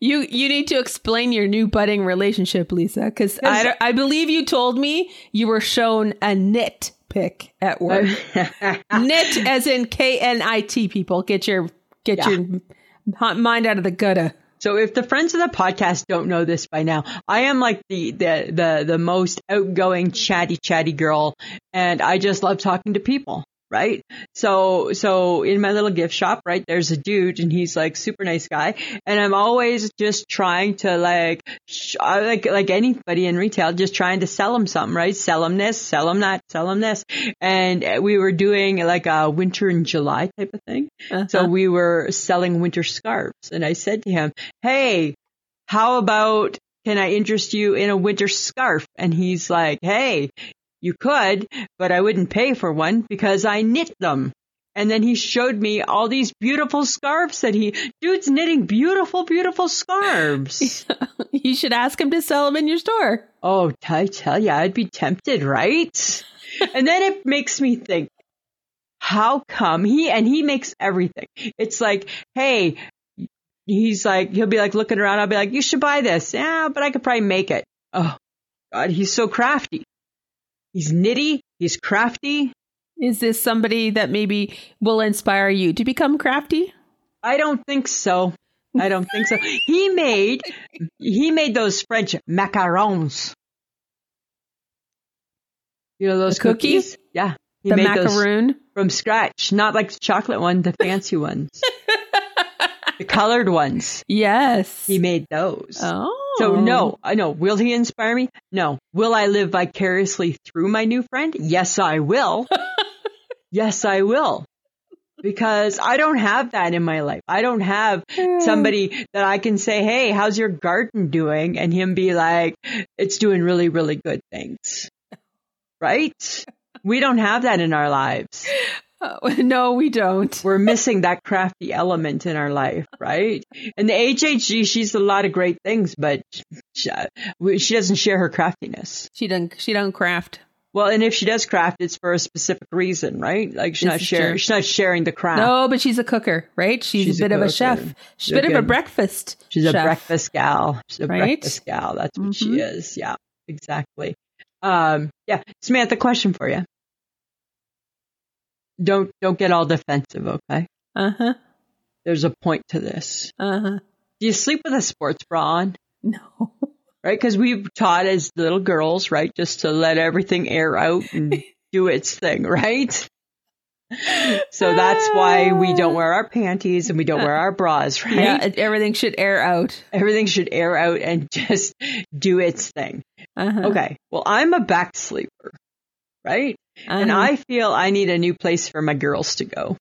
Speaker 1: You, you you need to explain your new budding relationship, Lisa, because I don't- I believe you told me you were shown a knit pick at [laughs] work.
Speaker 2: [laughs]
Speaker 1: knit as in K N I T. People, get your get
Speaker 2: Yeah.
Speaker 1: your hot mind out of the gutter. [laughs]
Speaker 2: So if the friends of the podcast don't know this by now, I am like the, the, the, the most outgoing, chatty, chatty girl. And I just love talking to people. Right. So, so in my little gift shop, right, there's a dude and he's like super nice guy. And I'm always just trying to like, sh- I- like, like anybody in retail, just trying to sell him something, right? Sell him this, sell him that, sell him this. And uh, we were doing like a winter in July type of thing. So we were selling winter scarves. And I said to him, Hey, how about can I interest you in a winter scarf? And he's like, Hey, you could, but I wouldn't pay for one because I knit them. And then he showed me all these beautiful scarves that he, dude's knitting beautiful, beautiful scarves.
Speaker 1: you should ask him to sell them in your store.
Speaker 2: oh, I tell ya, I'd be tempted, right? and then it makes me think, how come he and he makes everything? It's like, hey, he's like, he'll be like looking around. I'll be like, you should buy this. Yeah, but I could probably make it. Oh, God, he's so crafty. He's nitty. He's crafty.
Speaker 1: Is this somebody that maybe will inspire you to become crafty?
Speaker 2: I don't think so. I don't think so. He made he made those French macarons. You know those
Speaker 1: The cookie?
Speaker 2: cookies? Yeah. He
Speaker 1: the
Speaker 2: made those
Speaker 1: macaroon.
Speaker 2: from scratch, not like the chocolate one, the
Speaker 1: [laughs]
Speaker 2: fancy ones. the colored ones.
Speaker 1: Yes.
Speaker 2: He made those.
Speaker 1: oh.
Speaker 2: So no, I know. Will he inspire me? No. Will I live vicariously through my new friend? Yes, I will. yes, I will. Because I don't have that in my life. I don't have somebody that I can say, "Hey, how's your garden doing?" and him be like, "It's doing really, really good, thanks." Right? We don't have that in our lives.
Speaker 1: Oh, [laughs] no, we don't.
Speaker 2: We're missing that crafty element in our life, right? And the HHG, she's a lot of great things, but she, uh, she doesn't share her craftiness.
Speaker 1: She don't. She don't craft.
Speaker 2: Well, and if she does craft, it's for a specific reason, right? Like she's
Speaker 1: This
Speaker 2: not
Speaker 1: is
Speaker 2: sharing,
Speaker 1: true.
Speaker 2: she's not sharing the craft.
Speaker 1: Ah. No, but she's a cooker, right? She's,
Speaker 2: She's
Speaker 1: a
Speaker 2: a
Speaker 1: bit of a
Speaker 2: cooker.
Speaker 1: chef. She's a
Speaker 2: You're
Speaker 1: bit of a
Speaker 2: good.
Speaker 1: breakfast.
Speaker 2: She's a
Speaker 1: chef.
Speaker 2: breakfast gal. She's a
Speaker 1: Right? Mm-hmm.
Speaker 2: breakfast gal. That's what she is. Yeah, exactly. Um, yeah, Samantha, question for you. Don't don't get all defensive, okay?
Speaker 1: Uh huh.
Speaker 2: There's a point to this.
Speaker 1: Uh huh.
Speaker 2: Do you sleep with a sports bra on?
Speaker 1: No.
Speaker 2: right? Because we taught as little girls, right, just to let everything air
Speaker 1: [laughs]
Speaker 2: out and do its thing, right? So that's why we don't wear our panties and we don't wear our bras, [laughs] right?
Speaker 1: Yeah, it- everything should air out.
Speaker 2: Everything should air out and [laughs] just do its thing.
Speaker 1: Uh-huh.
Speaker 2: Okay. Well, I'm a back sleeper, right? And
Speaker 1: Uh-huh.
Speaker 2: I feel I need a new place for my girls to go.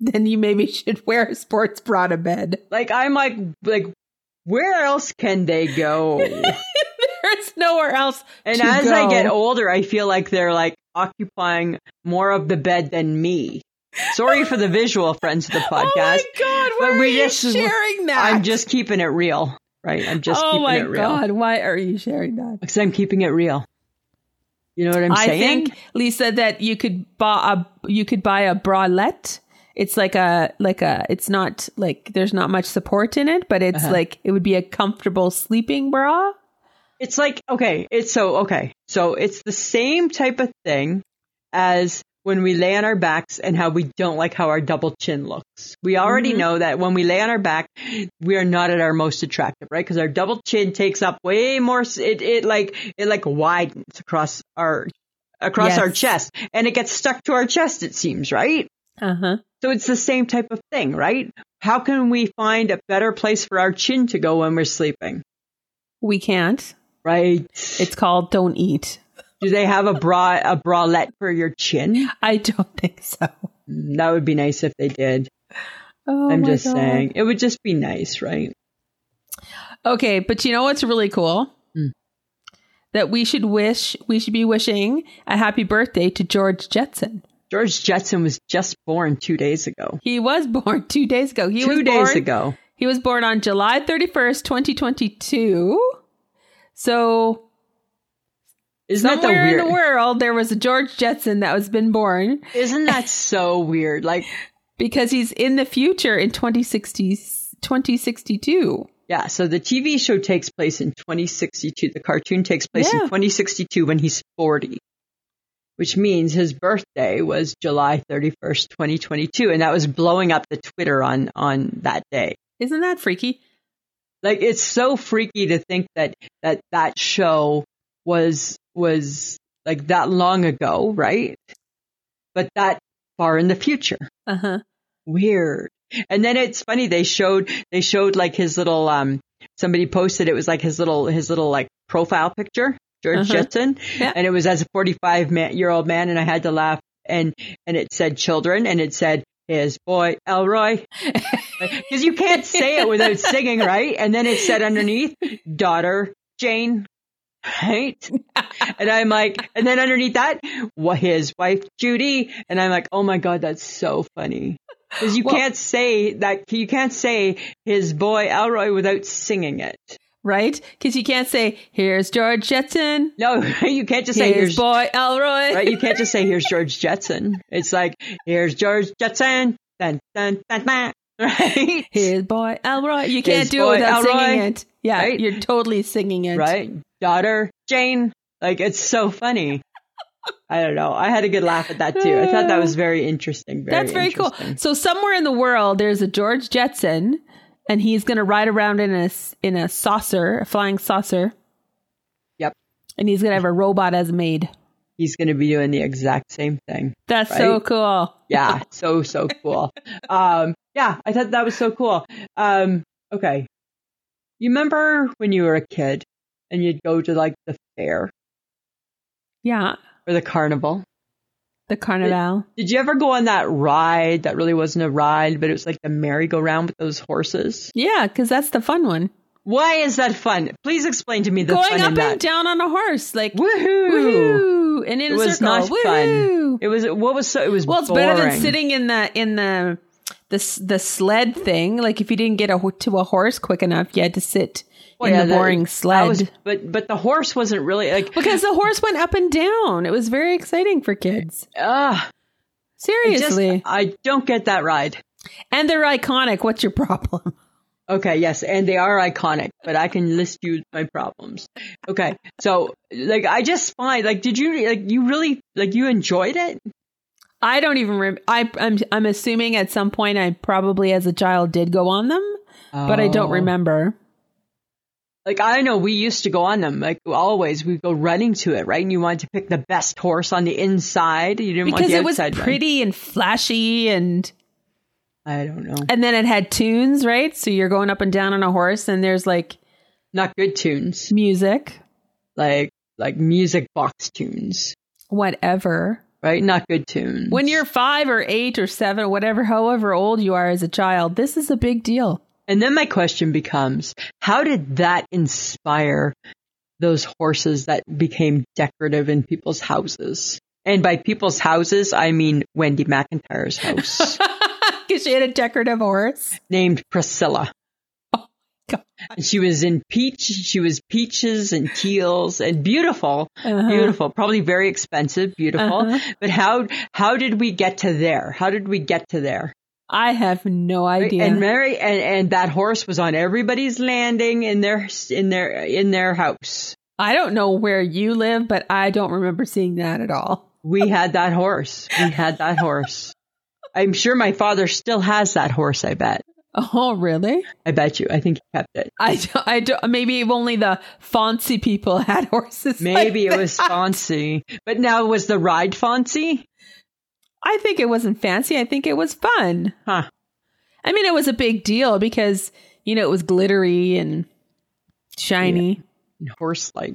Speaker 1: Then you maybe should wear a sports bra to bed. [laughs]
Speaker 2: Like I'm like like where else can they go?
Speaker 1: There's nowhere else.
Speaker 2: And
Speaker 1: to
Speaker 2: as I
Speaker 1: go.
Speaker 2: get older, I feel like they're like occupying more of the bed than me. Sorry for the visual, friends of the
Speaker 1: [laughs] Oh my
Speaker 2: podcast.
Speaker 1: god,
Speaker 2: but
Speaker 1: why are
Speaker 2: we
Speaker 1: you
Speaker 2: just-
Speaker 1: sharing that?
Speaker 2: I'm just keeping it real, right? I'm just
Speaker 1: oh
Speaker 2: keeping
Speaker 1: my
Speaker 2: it real
Speaker 1: god, why are you sharing that?
Speaker 2: because I'm keeping it real. You know what I'm
Speaker 1: I
Speaker 2: saying?
Speaker 1: think Lisa that you could buy a you could buy a bralette. It's like a like a it's not like there's not much support in it, but it's
Speaker 2: Uh-huh.
Speaker 1: like it would be a comfortable sleeping bra.
Speaker 2: It's like okay, it's so okay, so it's the same type of thing as when we lay on our backs and how we don't like how our double chin looks. We already know that when we lay on our back, we are not at our most attractive, right? Because our double chin takes up way more. s- It it like it like widens across our across our
Speaker 1: Yes.
Speaker 2: chest, and it gets stuck to our chest. It seems right.
Speaker 1: Uh-huh.
Speaker 2: So it's the same type of thing, right? How can we find a better place for our chin to go when we're sleeping?
Speaker 1: We can't.
Speaker 2: Right.
Speaker 1: It's called don't eat.
Speaker 2: Do they have a bra a bralette for your chin?
Speaker 1: I don't think so.
Speaker 2: That would be nice if they did.
Speaker 1: Oh
Speaker 2: I'm
Speaker 1: my
Speaker 2: just
Speaker 1: God.
Speaker 2: saying. It would just be nice, right?
Speaker 1: Okay, but you know what's really cool?
Speaker 2: Hmm.
Speaker 1: That we should wish we should be wishing a happy birthday to George Jetson.
Speaker 2: George Jetson was just born two days ago.
Speaker 1: He was born [laughs] two days ago. He
Speaker 2: two
Speaker 1: was
Speaker 2: days
Speaker 1: born-
Speaker 2: ago.
Speaker 1: He was born on July 31st, 2022. So
Speaker 2: Isn't that the
Speaker 1: somewhere in
Speaker 2: weird?
Speaker 1: the world, there was a George Jetson that was been born
Speaker 2: Isn't that so weird? Like,
Speaker 1: because he's in the future in 2060, 2062.
Speaker 2: yeah. So the TV show takes place in 2062. The cartoon takes place in
Speaker 1: Yeah.
Speaker 2: 2062 when he's 40, which means his birthday was July 31st, 2022, and that was blowing up the Twitter on on that day.
Speaker 1: Isn't that freaky?
Speaker 2: like it's so freaky to think that that that show was was like that long ago right but that far in the future
Speaker 1: Uh huh.
Speaker 2: weird and then it's funny they showed they showed like his little um somebody posted it was like his little his little like profile picture george
Speaker 1: Uh-huh.
Speaker 2: jetson
Speaker 1: Yeah.
Speaker 2: and it was as a 45 man, year old man and i had to laugh and and it said children and it said his boy
Speaker 1: [laughs]
Speaker 2: elroy because you can't say it without singing right and then it said underneath daughter jane right and i'm like and then underneath that wha- his wife judy and i'm like oh my god that's so funny because you
Speaker 1: Well-
Speaker 2: can't say that you can't say his boy elroy without singing it
Speaker 1: Right? Because you can't say, here's George Jetson,
Speaker 2: no [laughs] you can't just say
Speaker 1: here's
Speaker 2: here's
Speaker 1: boy Elroy.
Speaker 2: [laughs] right? You can't just say here's George Jetson. It's like here's George Jetson. Dun, dun, dun, dun, [laughs] right?
Speaker 1: Here's boy Elroy. You can't
Speaker 2: Here's
Speaker 1: do
Speaker 2: boy
Speaker 1: it without
Speaker 2: Elroy.
Speaker 1: singing it. Yeah,
Speaker 2: Right?
Speaker 1: you're totally singing it.
Speaker 2: right? Daughter Jane. Like it's so funny. I don't know. I had a good laugh at that too. I thought that was very interesting. Very
Speaker 1: That's very cool.
Speaker 2: interesting.
Speaker 1: So somewhere in the world, there's a George Jetson, and he's going to ride around in a s- in a saucer, a flying saucer.
Speaker 2: Yep.
Speaker 1: And he's going to have a robot as a maid.
Speaker 2: He's going to be doing the exact same thing.
Speaker 1: That's so
Speaker 2: Right.
Speaker 1: cool.
Speaker 2: Yeah, so so cool. Um, yeah, I thought that was so cool. Um, okay, you remember when you were a kid and you'd go to like the fair
Speaker 1: Yeah,
Speaker 2: or the carnival?
Speaker 1: the carnival.
Speaker 2: Did you ever go on that ride that really wasn't a ride, but it was like the merry-go-round with those horses?
Speaker 1: Yeah, because that's the fun one.
Speaker 2: Why is that fun? Please explain to me the
Speaker 1: Going
Speaker 2: fun
Speaker 1: up
Speaker 2: in
Speaker 1: and
Speaker 2: that.
Speaker 1: down on a horse, like
Speaker 2: Woohoo!
Speaker 1: woohoo, and in
Speaker 2: It
Speaker 1: a
Speaker 2: was
Speaker 1: circle.
Speaker 2: not
Speaker 1: woohoo.
Speaker 2: fun. It was what was so it was
Speaker 1: Well, it's
Speaker 2: boring.
Speaker 1: better than sitting in the in the the s- the sled thing. Like if you didn't get a ho- to a horse quick enough, you had to sit
Speaker 2: Well,
Speaker 1: in
Speaker 2: yeah,
Speaker 1: the
Speaker 2: that-
Speaker 1: boring
Speaker 2: That
Speaker 1: sled.
Speaker 2: was, but but the horse wasn't really like
Speaker 1: because the horse went up and down. It was very exciting for kids.
Speaker 2: ah. I just-
Speaker 1: Seriously.
Speaker 2: [laughs] I don't get that ride.
Speaker 1: and they're iconic. What's your problem? [laughs]
Speaker 2: Okay, yes, and they are iconic, but I can list you my problems. Okay, so like I just find like did you like you really like you enjoyed it?
Speaker 1: I don't even rem- I I'm I'm assuming at some point I probably as a child did go on them, but I don't
Speaker 2: Oh.
Speaker 1: remember.
Speaker 2: Like I know we used to go on them. Like always, we'd go running to it, right? And you wanted to pick the best horse on the inside. You didn't want
Speaker 1: Because
Speaker 2: the
Speaker 1: it was
Speaker 2: outside one.
Speaker 1: pretty and flashy and
Speaker 2: I don't know.
Speaker 1: and then it had tunes, right? So you're going up and down on a horse and there's like
Speaker 2: Not good tunes.
Speaker 1: music,
Speaker 2: Like like music box tunes,
Speaker 1: whatever.
Speaker 2: right? Not good tunes.
Speaker 1: When you're 5 or 8 or 7, whatever however old you are as a child, this is a big deal. [laughs]
Speaker 2: and then my question becomes, how did that inspire those horses that became decorative in people's houses? And by people's houses, I mean Wendy
Speaker 1: [laughs]
Speaker 2: McIntyre's house,
Speaker 1: Because she had a decorative horse.
Speaker 2: named Priscilla.
Speaker 1: Oh God.
Speaker 2: She was in peach. She was peaches and teals and beautiful,
Speaker 1: Uh-huh.
Speaker 2: beautiful. Probably very expensive, beautiful.
Speaker 1: Uh-huh.
Speaker 2: But how how did we get to there? How did we get to there?
Speaker 1: I have no idea.
Speaker 2: And Mary and, and that horse was on everybody's landing in their in their in their house.
Speaker 1: I don't know where you live, but I don't remember seeing that at
Speaker 2: [laughs]
Speaker 1: all.
Speaker 2: We had that horse. We had that horse. I'm sure my father still has that horse. I bet.
Speaker 1: Oh, really?
Speaker 2: I bet you. I think he kept it.
Speaker 1: I [laughs] don't, I don't, maybe if only the fancy people [laughs] had horses. like
Speaker 2: Maybe it
Speaker 1: that.
Speaker 2: was fancy, but now was the ride fancy?
Speaker 1: I think it wasn't fancy. I think it was fun.
Speaker 2: Huh.
Speaker 1: I mean, it was a big deal because, you know, it was glittery and shiny.
Speaker 2: Horse like.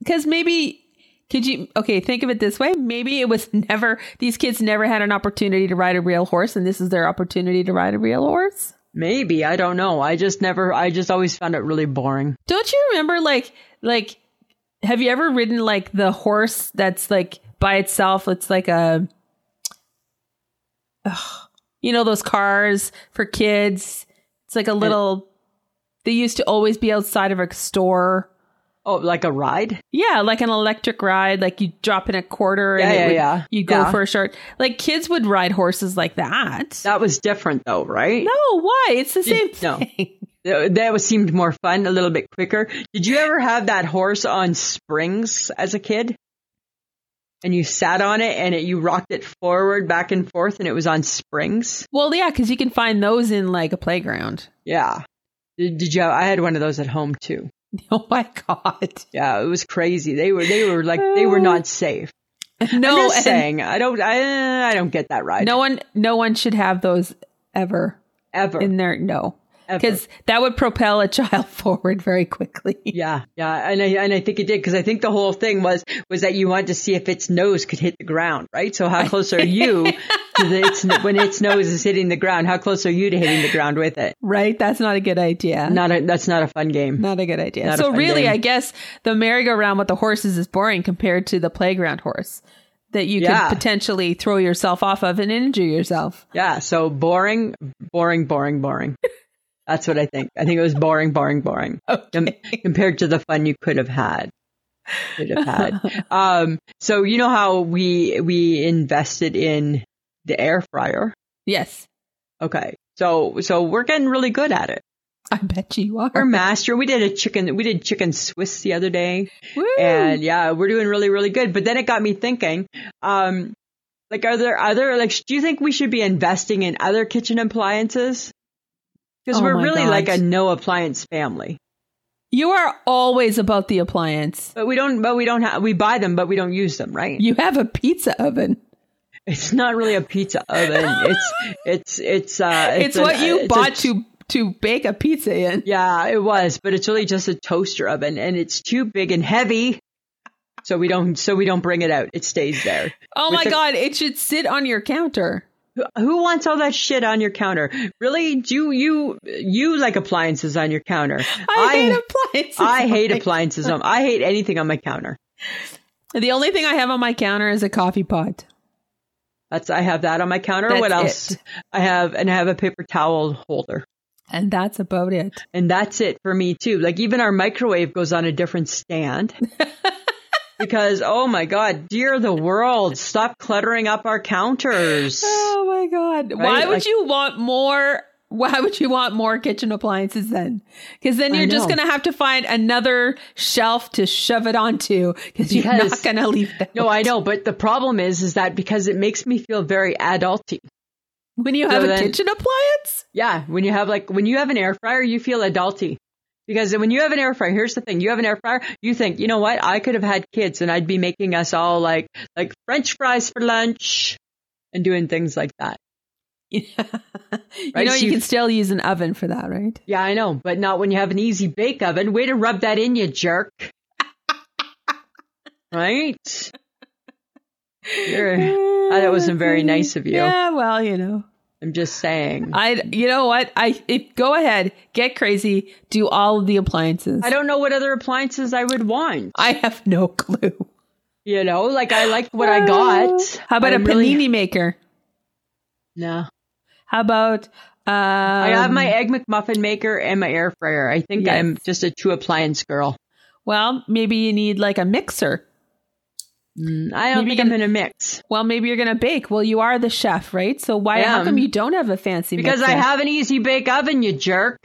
Speaker 1: Because maybe, could you, okay, think of it this way. Maybe it was [laughs] never, these kids never had an opportunity to ride a real horse, and this is their opportunity to ride a real horse.
Speaker 2: Maybe. I don't know. I just never, I just always found it really boring.
Speaker 1: Don't you remember like like have you ever ridden like the horse that's like by itself? It's like a Ugh. you know those cars for kids It's like a little. They used to always be outside of a store.
Speaker 2: Oh, like a ride?
Speaker 1: Yeah, like an electric ride. Like you drop in a quarter and
Speaker 2: Yeah,
Speaker 1: it
Speaker 2: yeah,
Speaker 1: would-
Speaker 2: yeah.
Speaker 1: you'd go
Speaker 2: Yeah.
Speaker 1: for a short. Like kids would ride horses like that.
Speaker 2: That was different though, right?
Speaker 1: No, why? It's the same
Speaker 2: Did- no.
Speaker 1: thing. [laughs]
Speaker 2: Th- That was seemed more fun, a little bit quicker. Did you ever have that horse on springs as a kid? And you sat on it and it, you rocked it forward, back and forth, and it was on springs?
Speaker 1: Well, yeah, because you can find those in like a playground. [laughs]
Speaker 2: Yeah. Did, did you? Have, I had one of those at home too.
Speaker 1: Oh my god.
Speaker 2: Yeah, it was crazy. They were they were like they were not safe.
Speaker 1: No,
Speaker 2: I'm just
Speaker 1: Oh. and
Speaker 2: saying. I don't I, I don't get that ride.
Speaker 1: no one, no one should have those ever
Speaker 2: ever.
Speaker 1: in their no,
Speaker 2: ever.
Speaker 1: because that would propel a child [laughs] forward very quickly.
Speaker 2: Yeah, yeah, and I and I think it did because I think the whole thing was was that you want to see if its nose could hit the ground, right? So how close are you to the, its when its nose is hitting the ground? How close are you to hitting the ground with it?
Speaker 1: Right? That's not a good idea.
Speaker 2: Not a, that's not a fun game.
Speaker 1: Not a good idea.
Speaker 2: Not a
Speaker 1: so
Speaker 2: fun
Speaker 1: really,
Speaker 2: game.
Speaker 1: I guess the merry-go-round with the horses is boring compared to the playground horse that you
Speaker 2: Yeah.
Speaker 1: could potentially throw yourself off of and injure
Speaker 2: [laughs]
Speaker 1: yourself.
Speaker 2: Yeah, so boring, boring, boring, boring. That's what I think. I think it was boring, boring, boring com-
Speaker 1: Um,
Speaker 2: compared to the fun you could have had. Could have had. um, so you know how we we invested in the air fryer.
Speaker 1: Yes,
Speaker 2: Okay. So so we're getting really good at it.
Speaker 1: I bet you
Speaker 2: We're
Speaker 1: are.
Speaker 2: master. We did a chicken we did chicken Swiss the other day.
Speaker 1: Woo.
Speaker 2: And yeah, we're doing really, really good. But then it got me thinking, um, like are there other like do you think we should be investing in other kitchen appliances? Because
Speaker 1: Oh
Speaker 2: we're
Speaker 1: my
Speaker 2: really like
Speaker 1: God.
Speaker 2: a no appliance family.
Speaker 1: you are always about the appliance.
Speaker 2: But we don't but we don't have we buy them but we don't use them, right?
Speaker 1: You have a pizza oven.
Speaker 2: It's not really a pizza oven. it's it's it's uh
Speaker 1: It's,
Speaker 2: an-
Speaker 1: what you
Speaker 2: it's a
Speaker 1: bought to to bake a pizza in.
Speaker 2: Yeah, it was, but it's really just a toaster oven and it's too big and heavy. So we don't so we don't bring it out. It stays there.
Speaker 1: Oh
Speaker 2: With
Speaker 1: my
Speaker 2: the-
Speaker 1: god, it should sit on your counter.
Speaker 2: Who- Who wants all that shit on your counter? Really? Do you you like appliances on your counter?
Speaker 1: I, hate appliances.
Speaker 2: I
Speaker 1: [laughs]
Speaker 2: hate appliances on I hate anything on my counter.
Speaker 1: The only thing I have on my counter is a coffee pot.
Speaker 2: That's I have that on my counter.
Speaker 1: That's
Speaker 2: what else?
Speaker 1: it.
Speaker 2: I have and I have a paper towel holder.
Speaker 1: And that's about it.
Speaker 2: And that's it for me too. Like even our microwave goes on a different stand. because oh my god, dear the world, stop cluttering up our counters.
Speaker 1: Oh my god. Why would
Speaker 2: Like-
Speaker 1: you want more why would you want more kitchen appliances then? Cuz then
Speaker 2: I
Speaker 1: you're just
Speaker 2: know.
Speaker 1: going to have to find another shelf to shove it onto cuz you're not
Speaker 2: Yes.
Speaker 1: going to leave that.
Speaker 2: No, I know, but the problem is is that because it makes me feel very adulty.
Speaker 1: When you
Speaker 2: So
Speaker 1: have a
Speaker 2: then-
Speaker 1: kitchen appliance? [laughs]
Speaker 2: Yeah, when you have like when you have an air fryer, you feel adulty. Because when you have an air fryer, here's the thing: you have an air fryer, you think, you know what? I could have had kids, and I'd be making us all like like French fries for lunch, and doing things like that.
Speaker 1: you
Speaker 2: Right,
Speaker 1: know
Speaker 2: so
Speaker 1: you
Speaker 2: you-
Speaker 1: can still use an oven for that, right?
Speaker 2: Yeah, I know, but not when you have an easy bake oven. Way to rub that in, you jerk.
Speaker 1: [laughs]
Speaker 2: right? You're,
Speaker 1: Ah,
Speaker 2: that wasn't very nice of you.
Speaker 1: Yeah, well, you know.
Speaker 2: I'm just saying. I,
Speaker 1: I you know what? I it, go ahead, get crazy, do all of the appliances.
Speaker 2: don't know what other appliances I would want.
Speaker 1: I have no clue.
Speaker 2: You know, like I like what I got.
Speaker 1: Uh, How about
Speaker 2: I'm
Speaker 1: a panini
Speaker 2: really-
Speaker 1: maker?
Speaker 2: No.
Speaker 1: How about uh
Speaker 2: I have my egg McMuffin maker and my air fryer. I think
Speaker 1: Um, Yes.
Speaker 2: I'm just a true appliance girl.
Speaker 1: Well, maybe you need like a mixer.
Speaker 2: Mm, I don't
Speaker 1: Maybe
Speaker 2: think
Speaker 1: you
Speaker 2: I'm
Speaker 1: can-
Speaker 2: in a mix
Speaker 1: Well, maybe you're gonna bake. Well, you are the chef, right? So why?
Speaker 2: I
Speaker 1: How
Speaker 2: am.
Speaker 1: come you don't have a fancy?
Speaker 2: because I
Speaker 1: mixer?
Speaker 2: have an easy bake oven, you
Speaker 1: [laughs]
Speaker 2: jerk.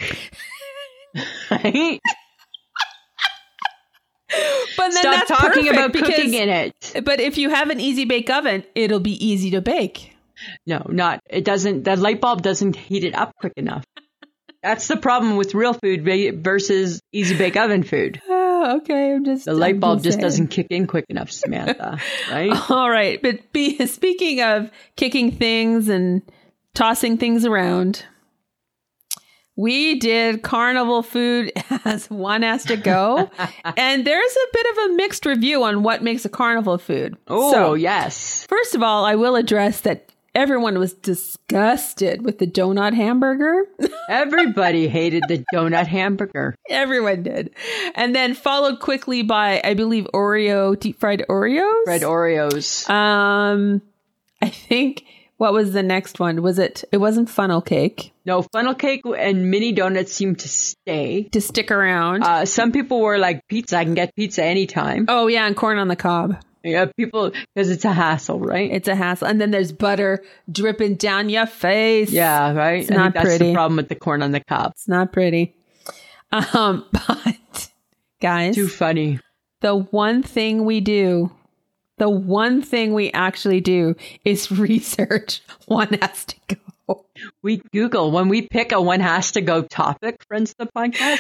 Speaker 2: [laughs] right?
Speaker 1: But then
Speaker 2: Stop
Speaker 1: that's
Speaker 2: talking
Speaker 1: perfect
Speaker 2: about
Speaker 1: because,
Speaker 2: cooking in it.
Speaker 1: But if you have an easy bake oven, it'll be easy to bake.
Speaker 2: No, not. It doesn't. The light bulb doesn't heat it up quick
Speaker 1: [laughs]
Speaker 2: enough. That's the problem with real food ve- versus easy bake oven food.
Speaker 1: Oh, okay. I'm just
Speaker 2: The light
Speaker 1: I'm
Speaker 2: bulb just
Speaker 1: saying.
Speaker 2: doesn't kick in quick
Speaker 1: [laughs]
Speaker 2: enough, Samantha. Right?
Speaker 1: All right, but be, [laughs] speaking of kicking things and tossing things around, we did carnival food [laughs] as one has to go, and there's a bit of a mixed review on what makes a carnival food.
Speaker 2: Oh
Speaker 1: So,
Speaker 2: yes.
Speaker 1: first of all, I will address that everyone was disgusted with the donut hamburger. [laughs]
Speaker 2: Everybody hated the donut hamburger.
Speaker 1: everyone did, and then followed quickly by I believe Oreo deep fried Oreos.
Speaker 2: Red Oreos.
Speaker 1: Um, I think What was the next one? Was it? It wasn't funnel cake
Speaker 2: No, funnel cake and mini donuts seem to stay.
Speaker 1: to stick around.
Speaker 2: Uh, some people were like, pizza, I can get pizza anytime.
Speaker 1: oh yeah, and corn on the cob.
Speaker 2: Yeah, people, because it's a hassle, right?
Speaker 1: It's a hassle, and then there's butter dripping down your face.
Speaker 2: yeah, right?
Speaker 1: it's not
Speaker 2: that's
Speaker 1: pretty.
Speaker 2: the problem with the corn on the cob.
Speaker 1: it's not pretty. Um, [laughs] but guys,
Speaker 2: Too funny.
Speaker 1: the one thing we do, the one thing we actually do is [laughs] research. One has to go.
Speaker 2: We Google when we pick a one has to go topic, friends of the podcast.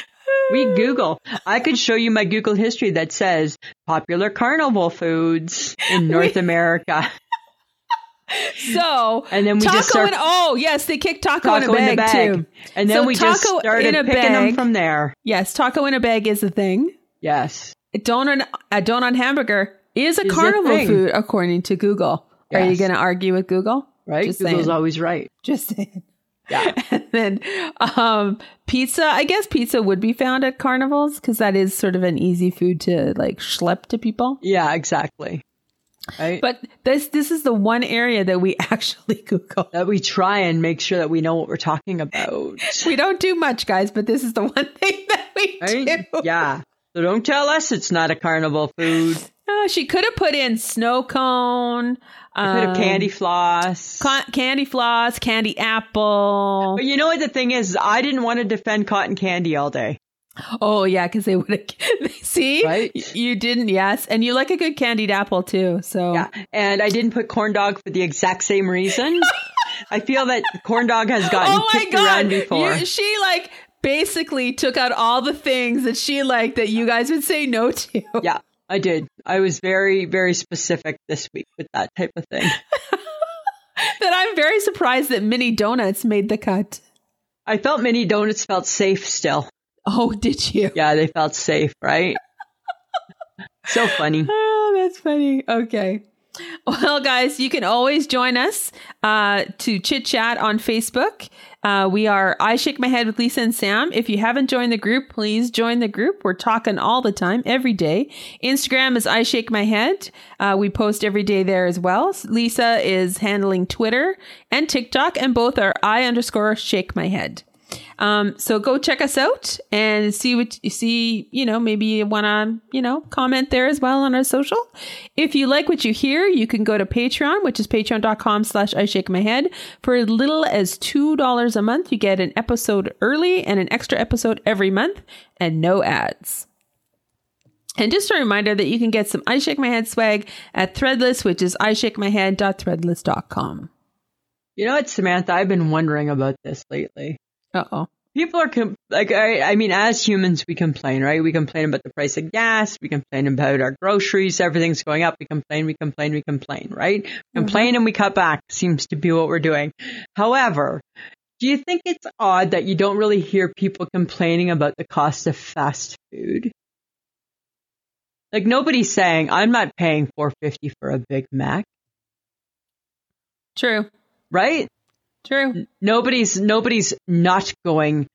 Speaker 2: We Google. I could show you my Google history that says popular carnival foods in North America.
Speaker 1: So
Speaker 2: And then we
Speaker 1: taco
Speaker 2: just start-
Speaker 1: and oh yes, they kick taco,
Speaker 2: Taco
Speaker 1: in a bag, too.
Speaker 2: And then
Speaker 1: So
Speaker 2: we just
Speaker 1: taco
Speaker 2: started
Speaker 1: in a
Speaker 2: picking
Speaker 1: bag.
Speaker 2: them from there.
Speaker 1: Yes, taco in a bag is a thing.
Speaker 2: Yes.
Speaker 1: A donut, a donut hamburger is a
Speaker 2: Is a
Speaker 1: carnival
Speaker 2: thing.
Speaker 1: food according to Google. Are you
Speaker 2: Yes.
Speaker 1: going to argue with Google?
Speaker 2: Right?
Speaker 1: Just
Speaker 2: Google's
Speaker 1: saying.
Speaker 2: always right.
Speaker 1: Just saying.
Speaker 2: Yeah.
Speaker 1: [laughs] and then um pizza i guess pizza would be found at carnivals because that is sort of an easy food to like schlep to people
Speaker 2: Yeah, exactly. Right?
Speaker 1: but this this is the one area that we [laughs] actually google
Speaker 2: that we try and make sure that we know what we're talking about.
Speaker 1: [laughs] we don't do much guys but this is the one thing [laughs] that we
Speaker 2: Right?
Speaker 1: do
Speaker 2: Yeah. So don't tell us it's not a carnival food.
Speaker 1: Oh, she could have put in snow cone um,
Speaker 2: Could have candy floss.
Speaker 1: con- candy floss candy apple
Speaker 2: But you know what the thing is? I didn't want to defend cotton candy all day.
Speaker 1: oh yeah because they [laughs] would have see
Speaker 2: Right?
Speaker 1: you didn't yes and you like a good candied apple too so
Speaker 2: Yeah. And I didn't put corn dog for the exact same [laughs] reason. I feel that corn dog has gotten kicked around before.
Speaker 1: Oh You- she like basically took out all the things that she liked that you guys would say no to. [laughs]
Speaker 2: yeah, I did. I was very, very specific this week with that type of thing.
Speaker 1: that I'm very surprised that mini donuts made the cut.
Speaker 2: I felt mini donuts felt safe still.
Speaker 1: Oh, did you?
Speaker 2: Yeah, they felt safe, right? so funny.
Speaker 1: [laughs] Oh, that's funny. Okay. Well, guys, you can always join us uh, to chit chat on Facebook. Uh, we are I Shake My Head with Lisa and Sam. If you haven't joined the group, please join the group. We're talking all the time, every day. Instagram is I Shake My Head. Uh, we post every day there as well. Lisa is handling Twitter and TikTok, and both are I underscore Shake My Head. Um, so go check us out and see what you see. You know, maybe you want to, you know, comment there as well on our social. If you like what you hear, you can go to Patreon, which is patreon.com slash I shake my head. For as little as $2 a month, you get an episode early and an extra episode every month and no ads. And just a reminder that you can get some I Shake My Head swag at Threadless, which is ishakemyhead.threadless.com.
Speaker 2: You know what, Samantha? I've been wondering about this lately.
Speaker 1: Uh oh.
Speaker 2: people are com- like I, I mean as humans we complain right we complain about the price of gas we complain about our groceries everything's going up we complain we complain we complain right complain and we cut back seems to be what we're doing however do you think it's odd that you don't really hear people complaining about the cost of fast food like nobody's saying i'm not paying 450 for a big mac
Speaker 1: True.
Speaker 2: right
Speaker 1: True.
Speaker 2: Mm. nobody's nobody's not going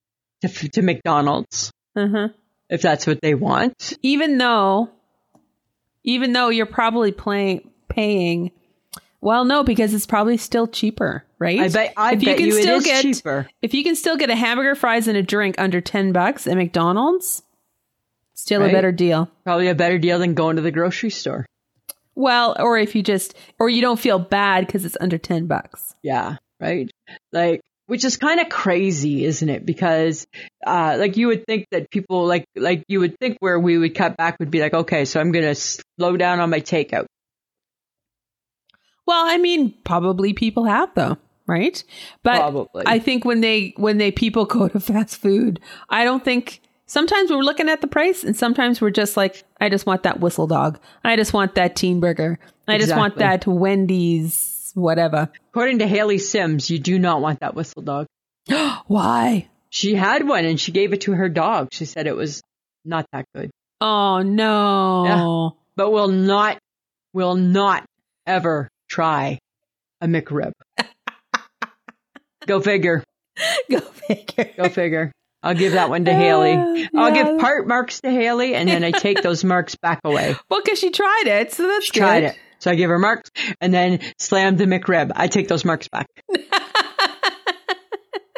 Speaker 2: to, f- to mcdonald's
Speaker 1: Uh huh.
Speaker 2: if that's what they want.
Speaker 1: even though even though you're probably playing paying well no because it's probably still cheaper right
Speaker 2: I bet I bet you it is
Speaker 1: get
Speaker 2: cheaper.
Speaker 1: if you can still get a hamburger fries and a drink under 10 bucks at mcdonald's still
Speaker 2: Right.
Speaker 1: a better deal
Speaker 2: Probably a better deal than going to the grocery store.
Speaker 1: well or if you just or you don't feel bad because it's under 10 bucks
Speaker 2: Yeah, right. Like which is kind of crazy, isn't it? Because uh like you would think that people like like you would think where we would cut back would be like, okay, so I'm going to slow down on my takeout.
Speaker 1: well i mean probably people have though right but
Speaker 2: Probably.
Speaker 1: i think when they when they people go to fast food i don't think sometimes we're looking at the price and sometimes we're just like i just want that whistle dog i just want that teen burger i just want that
Speaker 2: Exactly.
Speaker 1: wendy's whatever
Speaker 2: According to Haley Sims, you do not want that whistle dog.
Speaker 1: why
Speaker 2: She had one and she gave it to her dog. She said it was not that good.
Speaker 1: oh no
Speaker 2: But will not will not ever try a
Speaker 1: [laughs]
Speaker 2: McRib. Go figure.
Speaker 1: [laughs] go figure
Speaker 2: Go figure. I'll give that one to Haley.
Speaker 1: Yeah,
Speaker 2: I'll
Speaker 1: Oh, yeah.
Speaker 2: give
Speaker 1: [laughs]
Speaker 2: part marks to Haley, and then I take those marks back away.
Speaker 1: well because she tried it so that's
Speaker 2: She tried
Speaker 1: good.
Speaker 2: it. So I give her marks and then slam the McRib. I take those
Speaker 1: [laughs]
Speaker 2: marks back.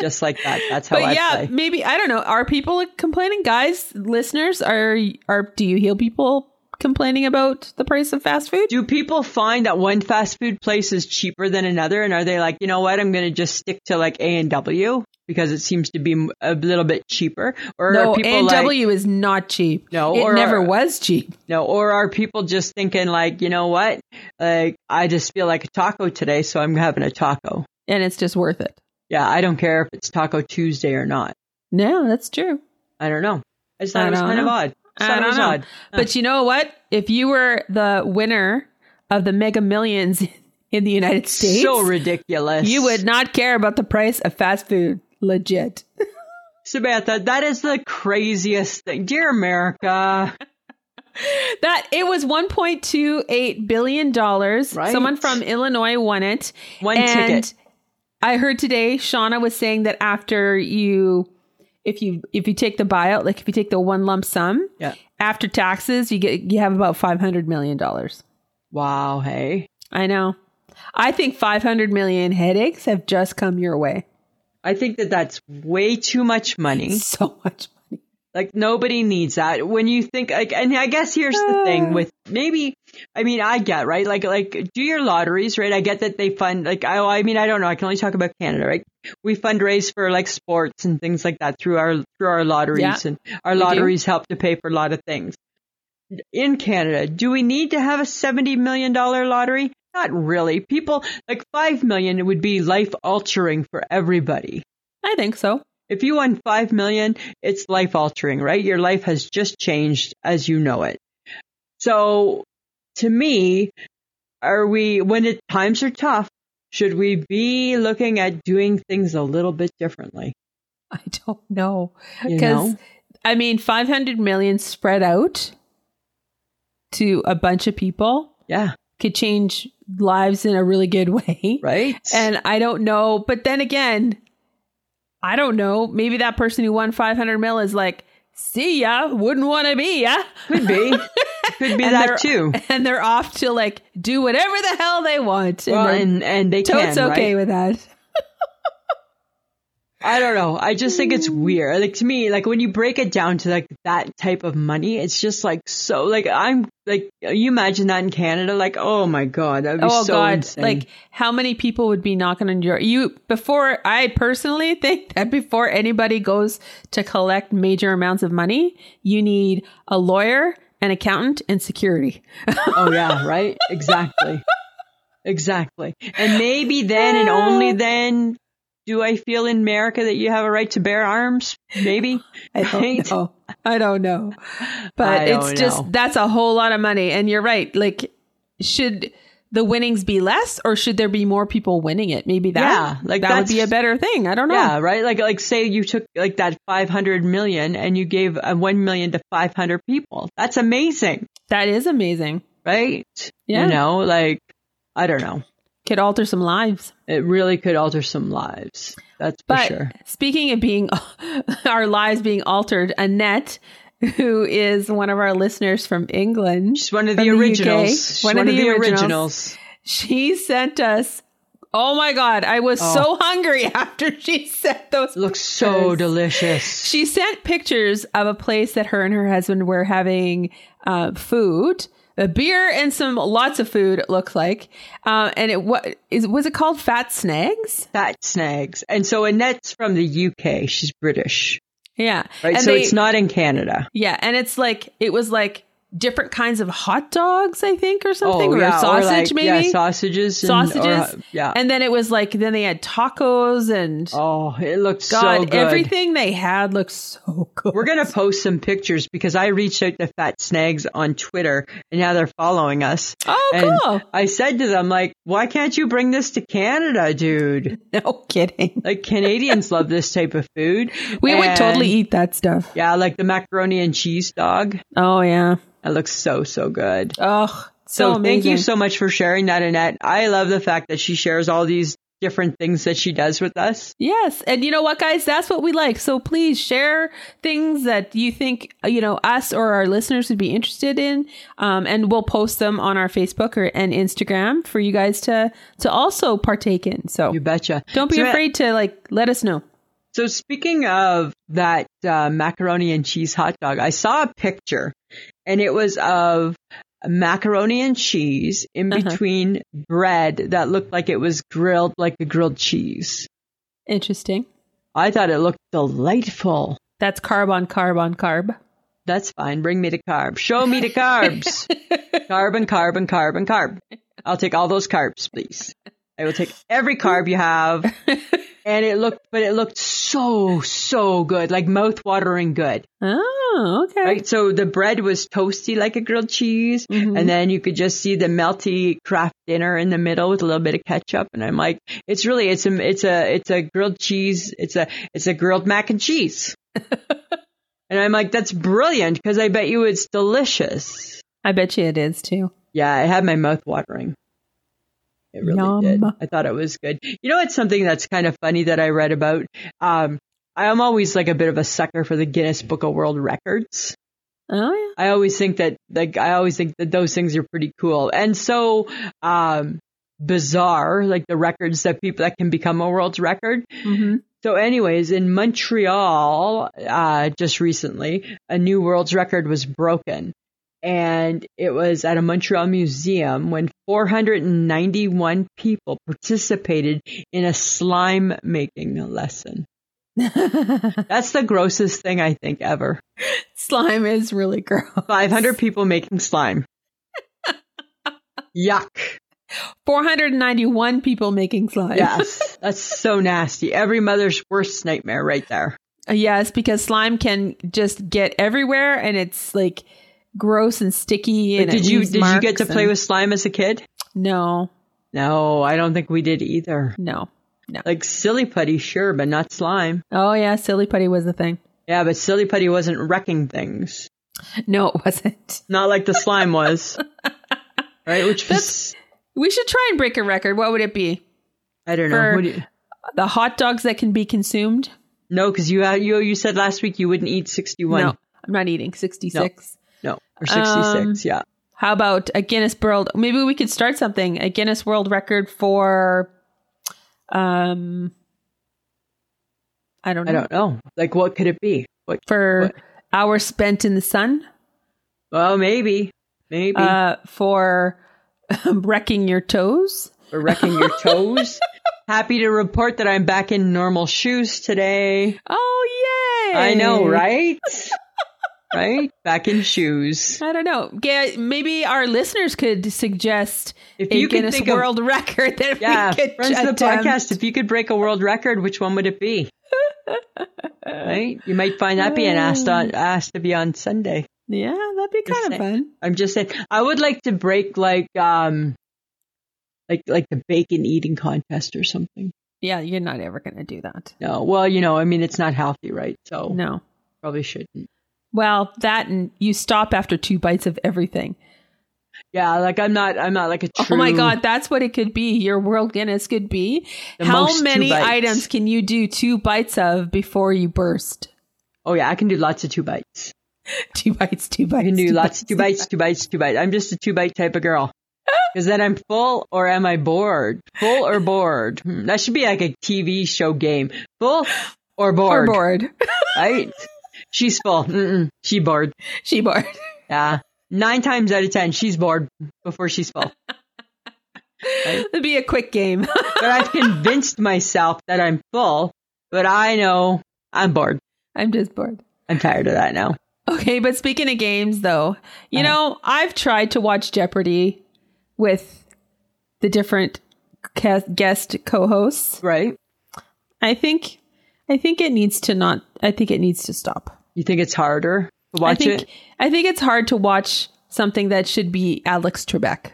Speaker 2: Just like that. That's how
Speaker 1: But
Speaker 2: I
Speaker 1: yeah,
Speaker 2: play.
Speaker 1: maybe I don't know. Are people complaining, guys? Listeners, are are do you hear people complaining about the price of fast food?
Speaker 2: Do people find that one fast food place is cheaper than another, and are they like, you know what, I'm going to just stick to like A and W because it seems to be a little bit cheaper? Or
Speaker 1: No,
Speaker 2: are people like,
Speaker 1: A&W is not cheap.
Speaker 2: No,
Speaker 1: it
Speaker 2: or-
Speaker 1: never was cheap.
Speaker 2: no, or are people just thinking like, you know what, like I just feel like a taco today, so I'm having a taco.
Speaker 1: And it's just worth it.
Speaker 2: Yeah, I don't care if it's Taco Tuesday or not.
Speaker 1: No, that's true.
Speaker 2: I don't know. I just thought
Speaker 1: I
Speaker 2: it was
Speaker 1: don't
Speaker 2: kind of
Speaker 1: know.
Speaker 2: odd. Just
Speaker 1: I
Speaker 2: thought it
Speaker 1: don't
Speaker 2: was
Speaker 1: know.
Speaker 2: odd.
Speaker 1: But you know what? If you were the winner of the Mega Millions [laughs] in the United States,
Speaker 2: So ridiculous.
Speaker 1: you would not care about the price of fast food. Legit.
Speaker 2: Samantha, that is the craziest thing. Dear America.
Speaker 1: That it was 1.28 billion dollars.
Speaker 2: Right.
Speaker 1: Someone from Illinois won it.
Speaker 2: One
Speaker 1: and
Speaker 2: ticket.
Speaker 1: I heard today Shauna was saying that after you if you if you take the buyout, like if you take the one lump sum,
Speaker 2: Yeah.
Speaker 1: after taxes, you get you have about 500 million dollars.
Speaker 2: Wow, hey.
Speaker 1: I know. I think 500 million headaches have just come your way.
Speaker 2: I think that that's way too much money.
Speaker 1: [laughs] So much money.
Speaker 2: Like nobody needs that. When you think like, and I guess here's the
Speaker 1: Ah.
Speaker 2: thing with maybe, I mean, I get right. Like, like do your lotteries, right? I get that they fund like, I, I mean, I don't know. I can only talk about Canada, right? We fundraise for like sports and things like that through our, through our lotteries
Speaker 1: Yeah,
Speaker 2: and our
Speaker 1: we do.
Speaker 2: lotteries help to pay for a lot of things. In Canada, do we need to have a $70 million lottery? Not really. People like 5 million would be life altering for everybody.
Speaker 1: I think so.
Speaker 2: If you won 5 million, it's life altering, right? Your life has just changed as you know it. So to me, are we, when the times are tough, should we be looking at doing things a little bit differently?
Speaker 1: I don't know.
Speaker 2: You
Speaker 1: Because
Speaker 2: know?
Speaker 1: I mean 500 million spread out to a bunch of people
Speaker 2: Yeah.
Speaker 1: could change lives in a really good [laughs] way.
Speaker 2: Right.
Speaker 1: And I don't know, but then again, I don't know. Maybe that person who won 500 mil is like, see ya, wouldn't want to be
Speaker 2: [laughs]
Speaker 1: ya. [laughs]
Speaker 2: could be. Could
Speaker 1: And
Speaker 2: be
Speaker 1: they're-
Speaker 2: that too.
Speaker 1: And they're off to like do whatever the hell they want. And
Speaker 2: Well,
Speaker 1: they're
Speaker 2: and, and they
Speaker 1: totes
Speaker 2: can,
Speaker 1: okay
Speaker 2: right?
Speaker 1: with that.
Speaker 2: I don't know. I just
Speaker 1: [laughs]
Speaker 2: think it's weird. Like to me, like when you break it down to like that type of money, it's just like so. Like I'm like you imagine that in Canada, like oh my god, that would be
Speaker 1: Oh
Speaker 2: so
Speaker 1: God!
Speaker 2: insane.
Speaker 1: Like, [laughs] how many people would be knocking on your you before? I personally think [laughs] that before anybody goes to collect major amounts of money, you need a lawyer, an accountant, and security.
Speaker 2: oh yeah, right? Exactly, exactly. And maybe then
Speaker 1: [laughs]
Speaker 2: and only then do I feel in America that you have a right to bear arms.
Speaker 1: [laughs]
Speaker 2: Maybe
Speaker 1: I don't
Speaker 2: right?
Speaker 1: know. I don't know. But
Speaker 2: I
Speaker 1: it's
Speaker 2: don't
Speaker 1: just
Speaker 2: know.
Speaker 1: that's a whole lot of money. And you're right. Like, should the winnings be less or should there be more people winning it? Maybe that
Speaker 2: Yeah, like
Speaker 1: that would
Speaker 2: that's-
Speaker 1: be a better thing. I don't know.
Speaker 2: Yeah, right. Like, like say you took like that 500 million and you gave uh, 1 million to 500 people. That's amazing,
Speaker 1: That is amazing.
Speaker 2: right?
Speaker 1: Yeah.
Speaker 2: You know, like, I don't know.
Speaker 1: Could alter some lives.
Speaker 2: It really could alter some lives. That's for
Speaker 1: But
Speaker 2: sure.
Speaker 1: speaking of being [laughs] our lives being altered, Annette, who is one of our listeners from England,
Speaker 2: She's one of
Speaker 1: from
Speaker 2: the
Speaker 1: UK,
Speaker 2: originals. She's one, of, the originals.
Speaker 1: She sent us. Oh my god, I was
Speaker 2: Oh.
Speaker 1: so hungry [laughs] after she sent those.
Speaker 2: Looks so
Speaker 1: pictures.
Speaker 2: delicious.
Speaker 1: She sent pictures of a place that her and her husband were having uh, food, a beer, and some lots of food. It looks like, uh, and it what is was it called Fat Snags?
Speaker 2: Fat snags. And so Annette's from the UK. She's British,
Speaker 1: Yeah,
Speaker 2: right?
Speaker 1: And
Speaker 2: so
Speaker 1: they-
Speaker 2: it's not in Canada.
Speaker 1: Yeah, and it's like it was like different kinds of hot dogs, I think, or something, or
Speaker 2: Oh, yeah,
Speaker 1: sausage
Speaker 2: like,
Speaker 1: maybe.
Speaker 2: Yeah, sausages. and- or,
Speaker 1: Sausages.
Speaker 2: uh, yeah.
Speaker 1: And then it was like then they had tacos and
Speaker 2: oh, it looks
Speaker 1: God,
Speaker 2: so good.
Speaker 1: everything they had looked so good.
Speaker 2: We're gonna post some pictures because I reached out to Fat Snags on Twitter and now they're following us.
Speaker 1: Oh,
Speaker 2: And [laughs]
Speaker 1: cool.
Speaker 2: I said to them, like, why can't you bring this to Canada, dude?
Speaker 1: No kidding.
Speaker 2: Like Canadians love this type of food.
Speaker 1: We would
Speaker 2: And-
Speaker 1: totally eat that stuff.
Speaker 2: Yeah, like the macaroni and cheese dog.
Speaker 1: Oh yeah.
Speaker 2: That looks so so good.
Speaker 1: Oh, so,
Speaker 2: So
Speaker 1: amazing.
Speaker 2: thank you so much for sharing that, Annette. I love the fact that she shares all these different things that she does with us.
Speaker 1: Yes. And you know what, guys? That's what we like. So please share things that you think, you know, us or our listeners would be interested in. Um, and we'll post them on our Facebook or, and Instagram for you guys to, to also partake in. So
Speaker 2: You betcha.
Speaker 1: don't be
Speaker 2: So,
Speaker 1: afraid to like, let us know.
Speaker 2: So speaking of that uh, macaroni and cheese hot dog, I saw a picture, and it was of macaroni and cheese in
Speaker 1: Uh-huh.
Speaker 2: between bread that looked like it was grilled like a grilled cheese.
Speaker 1: Interesting.
Speaker 2: I thought it looked delightful.
Speaker 1: That's carb on carb on carb.
Speaker 2: That's fine. Bring me the carb. Show me the carbs. carb and carb and carb and carb. I'll take all those carbs, please. I will take every carb you have. And it looked, but it looked so, so good, like mouth watering good.
Speaker 1: Oh, okay.
Speaker 2: Right. So the bread was toasty like a grilled cheese.
Speaker 1: Mm-hmm.
Speaker 2: And then you could just see the melty craft dinner in the middle with a little bit of ketchup. And I'm like, it's really, it's a, it's a, it's a grilled cheese. It's a, it's a grilled mac and cheese. and I'm like, that's brilliant because I bet you it's delicious.
Speaker 1: I bet you it is too.
Speaker 2: Yeah. I had my mouth watering. It really
Speaker 1: Yum.
Speaker 2: did. I thought it was good. You know, it's something that's kind of funny that I read about. Um, I'm always like a bit of a sucker for the Guinness Book of World Records.
Speaker 1: Oh,
Speaker 2: I always think that like I always think that those things are pretty cool and so um bizarre like the records that people that can become a world record.
Speaker 1: yeah. Mm-hmm.
Speaker 2: So anyways, in Montreal uh just recently, a new world record was broken and it was at a Montreal museum when 491 people participated in a slime making lesson. [laughs] That's the grossest thing I think ever.
Speaker 1: Mm-hmm. Slime is really gross.
Speaker 2: 500 people
Speaker 1: [laughs]
Speaker 2: making slime. Yuck.
Speaker 1: 491 people making slime. [laughs]
Speaker 2: Yes. That's so nasty. Every mother's worst nightmare right there.
Speaker 1: Uh, Yes, because slime can just get everywhere and it's like gross and sticky. And
Speaker 2: But
Speaker 1: it
Speaker 2: did you
Speaker 1: leaves
Speaker 2: did you get
Speaker 1: marks
Speaker 2: to play
Speaker 1: and-
Speaker 2: with slime as a kid?
Speaker 1: [laughs] No,
Speaker 2: No, I don't think we did either.
Speaker 1: no.
Speaker 2: Like silly putty, sure, but not slime.
Speaker 1: Oh yeah, silly putty was the thing. [laughs]
Speaker 2: Yeah, but silly putty wasn't wrecking things.
Speaker 1: No, it wasn't.
Speaker 2: Not like the slime
Speaker 1: [laughs]
Speaker 2: was. right? Which was
Speaker 1: We should try and break a record. What would it be?
Speaker 2: I don't know.
Speaker 1: for-
Speaker 2: What do you,
Speaker 1: The hot dogs that can be consumed?
Speaker 2: no, because you had- you you said last week you wouldn't eat sixty one.
Speaker 1: No, Um, I'm not eating 66.
Speaker 2: No, or sixty six. yeah.
Speaker 1: How about a Guinness World? Maybe we could start something. A Guinness World Record for, um, I don't know,
Speaker 2: I don't know. Like, what could it be? What
Speaker 1: for
Speaker 2: what-
Speaker 1: hours spent in the sun,
Speaker 2: Well, maybe, maybe
Speaker 1: uh, for [laughs] wrecking your toes.
Speaker 2: we're wrecking
Speaker 1: [laughs]
Speaker 2: your toes. Happy to report that I'm back in normal shoes today.
Speaker 1: Oh yay!
Speaker 2: I
Speaker 1: [laughs]
Speaker 2: know, right? right, back in shoes.
Speaker 1: I don't know. Ga- Maybe our listeners could suggest
Speaker 2: If
Speaker 1: a
Speaker 2: you could
Speaker 1: Guinness
Speaker 2: think of-
Speaker 1: World [laughs] Record that
Speaker 2: Yeah,
Speaker 1: we could
Speaker 2: friends of the
Speaker 1: attempt.
Speaker 2: podcast. If you could break a world record, which one would it
Speaker 1: [laughs]
Speaker 2: be? right, you might find that
Speaker 1: Mm.
Speaker 2: being asked on asked to be on Sunday.
Speaker 1: Yeah, that'd be kind of
Speaker 2: Just
Speaker 1: fun.
Speaker 2: I'm just saying, I would like to break like um, like like the bacon eating contest or something.
Speaker 1: Yeah, you're not ever gonna do that.
Speaker 2: No, well, you know, I mean, it's not healthy, right? So
Speaker 1: No.
Speaker 2: probably shouldn't.
Speaker 1: Well, that and you stop after two bites of everything.
Speaker 2: Yeah, like I'm not, I'm not like a
Speaker 1: Oh
Speaker 2: true.
Speaker 1: my God, that's what it could be. Your world Guinness could be.
Speaker 2: The most
Speaker 1: How
Speaker 2: two
Speaker 1: many
Speaker 2: bites.
Speaker 1: items can you do two bites of before you burst? [laughs]
Speaker 2: Oh yeah, I can do lots of two bites.
Speaker 1: Two bites, two bites.
Speaker 2: I can do lots of two
Speaker 1: bites.
Speaker 2: bites, two bites, two bites. I'm just a two bite type of
Speaker 1: [laughs]
Speaker 2: girl. Because then I'm full or am I bored? Full or bored? Hmm, that should be like a TV show game. Full or
Speaker 1: Or
Speaker 2: bored?
Speaker 1: bored. [laughs]
Speaker 2: Right? She's full. Mm-mm, she bored.
Speaker 1: she bored. [laughs]
Speaker 2: Yeah. Nine times out of ten, she's bored before she's full.
Speaker 1: It'd be a quick game. [laughs]
Speaker 2: But I've convinced myself that I'm full, but I know I'm bored.
Speaker 1: I'm just bored.
Speaker 2: I'm tired of that now.
Speaker 1: Okay, but speaking of games, though, you
Speaker 2: Uh-huh.
Speaker 1: know, I've tried to watch Jeopardy with the different ca- guest co-hosts.
Speaker 2: Right?
Speaker 1: I think, I think it needs to not. I think it needs to stop.
Speaker 2: You think it's harder to watch
Speaker 1: I think,
Speaker 2: it?
Speaker 1: I think it's hard to watch something that should be Alex Trebek.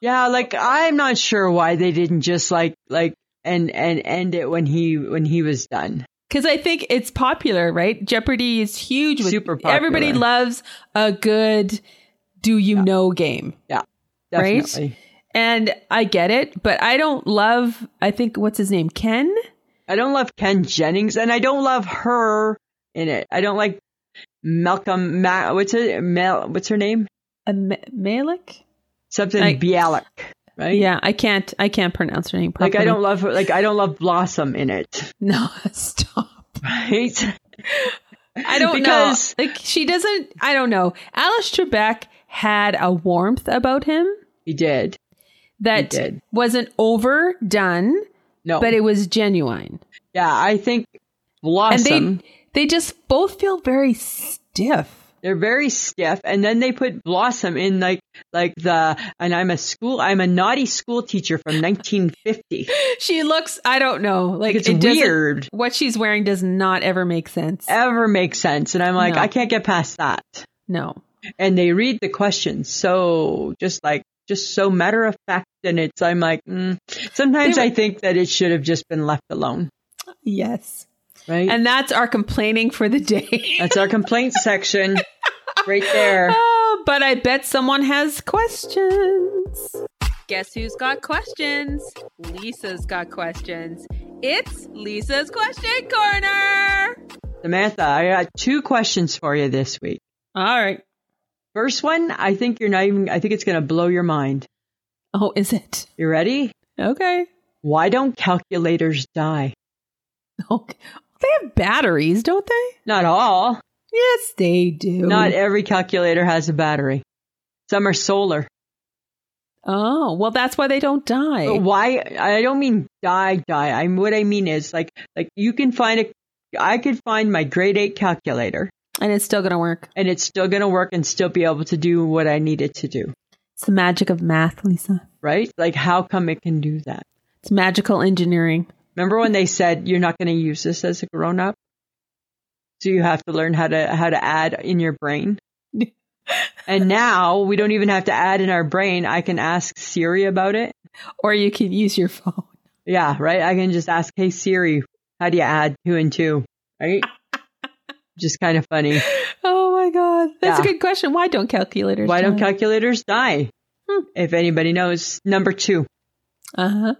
Speaker 2: Yeah, like I'm not sure why they didn't just like like and and end it when he when he was done.
Speaker 1: Because I think it's popular, right? Jeopardy is huge. With,
Speaker 2: Super popular.
Speaker 1: Everybody loves a good "Do you know" game,
Speaker 2: Yeah,
Speaker 1: Right?
Speaker 2: definitely.
Speaker 1: And I get it, but I don't love, I think, what's his name? Ken?
Speaker 2: I don't love Ken Jennings, and I don't love her in it. I don't like Malcolm. Ma- what's her? Mal- what's her name?
Speaker 1: Am- Malik?
Speaker 2: Something
Speaker 1: Like-
Speaker 2: Bialik, right?
Speaker 1: Yeah, I can't, I can't pronounce her name properly.
Speaker 2: Like I don't love her. Like I don't love Blossom in it,
Speaker 1: [laughs]
Speaker 2: [laughs]
Speaker 1: No, stop.
Speaker 2: right?
Speaker 1: I don't
Speaker 2: Because-
Speaker 1: know. Like she doesn't. I don't know. Alice Trebek had a warmth about him
Speaker 2: He did.
Speaker 1: that
Speaker 2: did.
Speaker 1: wasn't overdone,
Speaker 2: No,
Speaker 1: but it was genuine.
Speaker 2: yeah, I think Blossom.
Speaker 1: And they they just both feel very stiff.
Speaker 2: They're very stiff, and then they put Blossom in like like the and I'm a school I'm a naughty school teacher from 1950.
Speaker 1: She looks. I don't know. Like
Speaker 2: It's
Speaker 1: it doesn't-
Speaker 2: weird.
Speaker 1: What she's wearing does not ever make sense.
Speaker 2: Ever makes sense, and I'm like
Speaker 1: No.
Speaker 2: I can't get past that.
Speaker 1: No.
Speaker 2: And they read the questions so just like just so matter of fact, and it's I'm like mm. sometimes
Speaker 1: They were-
Speaker 2: I think that it should have just been left alone,
Speaker 1: Yes.
Speaker 2: right?
Speaker 1: And that's our complaining for the day.
Speaker 2: That's our complaint section right there.
Speaker 1: [laughs] Oh, but I bet someone has questions. Guess who's got questions? Lisa's got questions. It's Lisa's Question Corner.
Speaker 2: Samantha, I got two questions for you this week.
Speaker 1: All right.
Speaker 2: First one, I think you're not even, I think it's going to blow your mind.
Speaker 1: Oh, is it?
Speaker 2: You ready?
Speaker 1: Okay. [laughs]
Speaker 2: Why don't calculators die?
Speaker 1: okay. They have batteries, don't they? e-
Speaker 2: Not all.
Speaker 1: Yes, they do.
Speaker 2: Not every calculator has a battery. Some are solar.
Speaker 1: oh, well, that's why they don't die.
Speaker 2: But why? I don't mean die, die. I'm what I mean is like, like you can find a, I could find my grade eight calculator
Speaker 1: and it's still going to work.
Speaker 2: and it's still going to work and still be able to do what I need it to do.
Speaker 1: It's the magic of math, Lisa.
Speaker 2: Right? Like how come it can do that?
Speaker 1: It's magical engineering.
Speaker 2: Remember when they said you're not going to use this as a grown up? So you have to learn how to how to add in your brain. and now we don't even have to add in our brain. I can ask Siri about it.
Speaker 1: Or you can use your phone.
Speaker 2: Yeah, right? I can just ask, "Hey Siri, how do you add 2 and 2?" Right? Just kind of funny.
Speaker 1: [laughs] Oh my God. That's
Speaker 2: Yeah.
Speaker 1: a good question. Why don't calculators
Speaker 2: Why
Speaker 1: die?
Speaker 2: don't calculators die?
Speaker 1: Hmm.
Speaker 2: If anybody knows, number 2.
Speaker 1: Uh huh.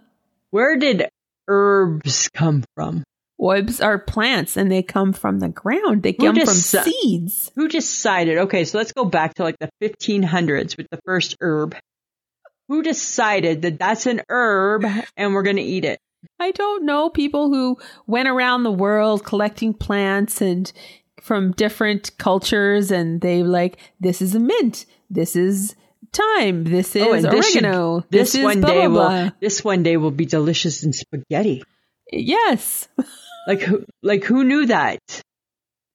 Speaker 2: Where did herbs come from?
Speaker 1: Orbs are plants and they come from the ground. They
Speaker 2: Who
Speaker 1: come from
Speaker 2: deci-
Speaker 1: seeds.
Speaker 2: who decided okay so let's go back to like the 1500s with the first herb who decided that that's an herb and we're going to eat it
Speaker 1: I don't know people who went around the world collecting plants and from different cultures and they like this is a mint, this is thyme, this is
Speaker 2: Oh, and this should-
Speaker 1: oregano.
Speaker 2: this,
Speaker 1: is
Speaker 2: one
Speaker 1: blah,
Speaker 2: day
Speaker 1: blah, blah.
Speaker 2: will this one day will be delicious in spaghetti
Speaker 1: Yes. [laughs]
Speaker 2: like who like who knew that